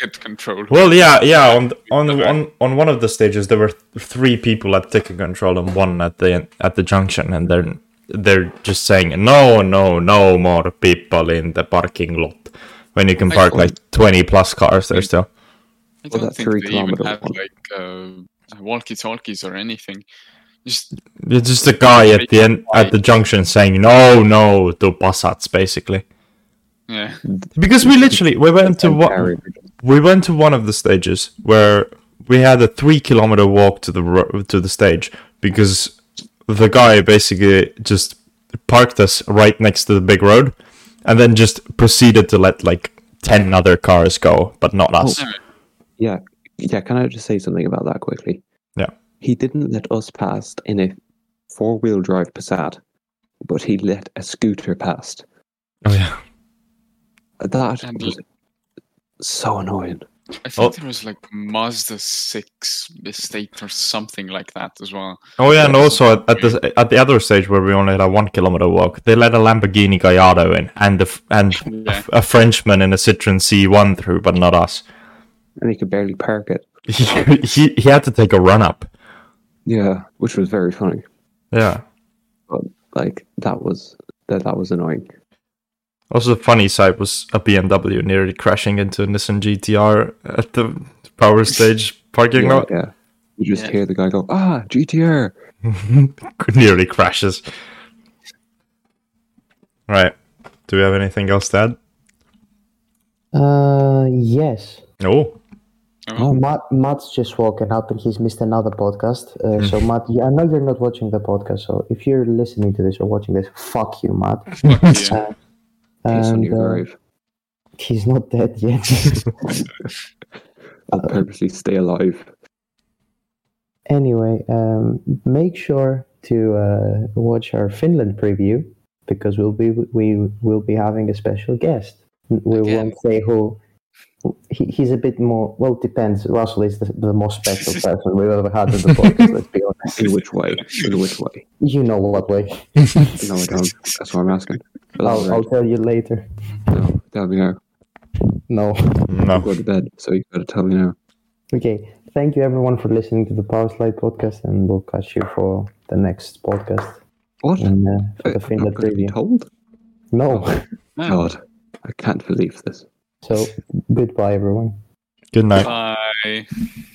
[SPEAKER 3] Get control.
[SPEAKER 2] Well, yeah, yeah. On on on, on one of the stages, there were th- three people at ticket control and one at the at the junction, and they're they're just saying no, no, no more
[SPEAKER 3] oh.
[SPEAKER 2] people in the parking lot when you can park like twenty plus cars there still.
[SPEAKER 3] I don't
[SPEAKER 4] Well, that
[SPEAKER 3] think
[SPEAKER 4] three
[SPEAKER 3] they even
[SPEAKER 4] kilometer
[SPEAKER 3] had
[SPEAKER 4] one.
[SPEAKER 3] like uh, walkie talkies or anything. Just
[SPEAKER 2] It's just a guy at the end at the junction saying no, no to Passats, basically.
[SPEAKER 3] yeah,
[SPEAKER 2] Because we literally we went to
[SPEAKER 5] And
[SPEAKER 2] what
[SPEAKER 5] carry-
[SPEAKER 2] we went to one of the stages where we had a three kilometer walk to the ro- to the stage because the guy basically just parked us right next to the big road and then just proceeded to let like 10 other cars go but not us
[SPEAKER 4] Yeah, yeah. Can I just say something about that quickly?
[SPEAKER 2] Yeah.
[SPEAKER 4] He didn't let us past in a four-wheel drive Passat, but he let a scooter past.
[SPEAKER 2] oh yeah
[SPEAKER 4] That
[SPEAKER 3] And-
[SPEAKER 4] was so annoying.
[SPEAKER 3] I think
[SPEAKER 2] Oh.
[SPEAKER 3] there was like Mazda six estate or something like that as well.
[SPEAKER 2] oh yeah and also at, at the at the other stage where we only had a one kilometer walk they let a lamborghini gallardo in and the, f- and a
[SPEAKER 3] Yeah.
[SPEAKER 2] f- a frenchman in a citroen c1 through but not us
[SPEAKER 4] And he could barely park it.
[SPEAKER 2] he, he, he had to take a run up
[SPEAKER 4] Yeah, which was very funny.
[SPEAKER 2] yeah
[SPEAKER 4] Like that was that that was annoying.
[SPEAKER 2] Also, the funny side was a BMW nearly crashing into a Nissan GTR at the power stage parking
[SPEAKER 4] yeah,
[SPEAKER 2] lot.
[SPEAKER 4] yeah. You just
[SPEAKER 3] Yeah.
[SPEAKER 4] hear the guy go, "Ah, GTR."
[SPEAKER 2] nearly crashes. Right. Do we have anything else to add?
[SPEAKER 1] Uh, yes.
[SPEAKER 2] No.
[SPEAKER 4] Oh.
[SPEAKER 1] Matt, Matt's just woken up and he's missed another podcast. Uh, so, Matt, you- I know you're not watching the podcast. So, if you're listening to this or watching this, fuck you, Matt.
[SPEAKER 3] yeah.
[SPEAKER 4] Peace on
[SPEAKER 1] And,
[SPEAKER 4] your
[SPEAKER 1] uh,
[SPEAKER 4] grave.
[SPEAKER 1] he's not dead yet. uh,
[SPEAKER 4] I'll purposely stay alive.
[SPEAKER 1] anyway, um, make sure to uh, watch our Finland preview because we'll be we will be having a special guest. We
[SPEAKER 3] Again.
[SPEAKER 1] won't say who. He, he's a bit more. Well, depends. Russell is the, the most special person we've ever had in the podcast. let's be honest.
[SPEAKER 4] In which way? In which way?
[SPEAKER 1] You know what way.
[SPEAKER 4] No, I don't. That's what I'm asking. But that's
[SPEAKER 1] I'll, I'll
[SPEAKER 4] right.
[SPEAKER 1] tell you later.
[SPEAKER 4] No, tell me now.
[SPEAKER 1] No.
[SPEAKER 4] Go
[SPEAKER 2] No.
[SPEAKER 4] to bed. So you gotta tell me now.
[SPEAKER 1] Okay. Thank you everyone for listening to the Power Slide podcast, and we'll catch you for the next podcast
[SPEAKER 4] What?
[SPEAKER 1] and uh, for
[SPEAKER 4] I-
[SPEAKER 1] the Finland
[SPEAKER 4] I'm gonna be
[SPEAKER 1] preview.
[SPEAKER 4] told?
[SPEAKER 1] No.
[SPEAKER 2] Oh,
[SPEAKER 3] Man,
[SPEAKER 4] God, I can't believe this.
[SPEAKER 1] So goodbye, everyone.
[SPEAKER 2] Good night.
[SPEAKER 3] Bye.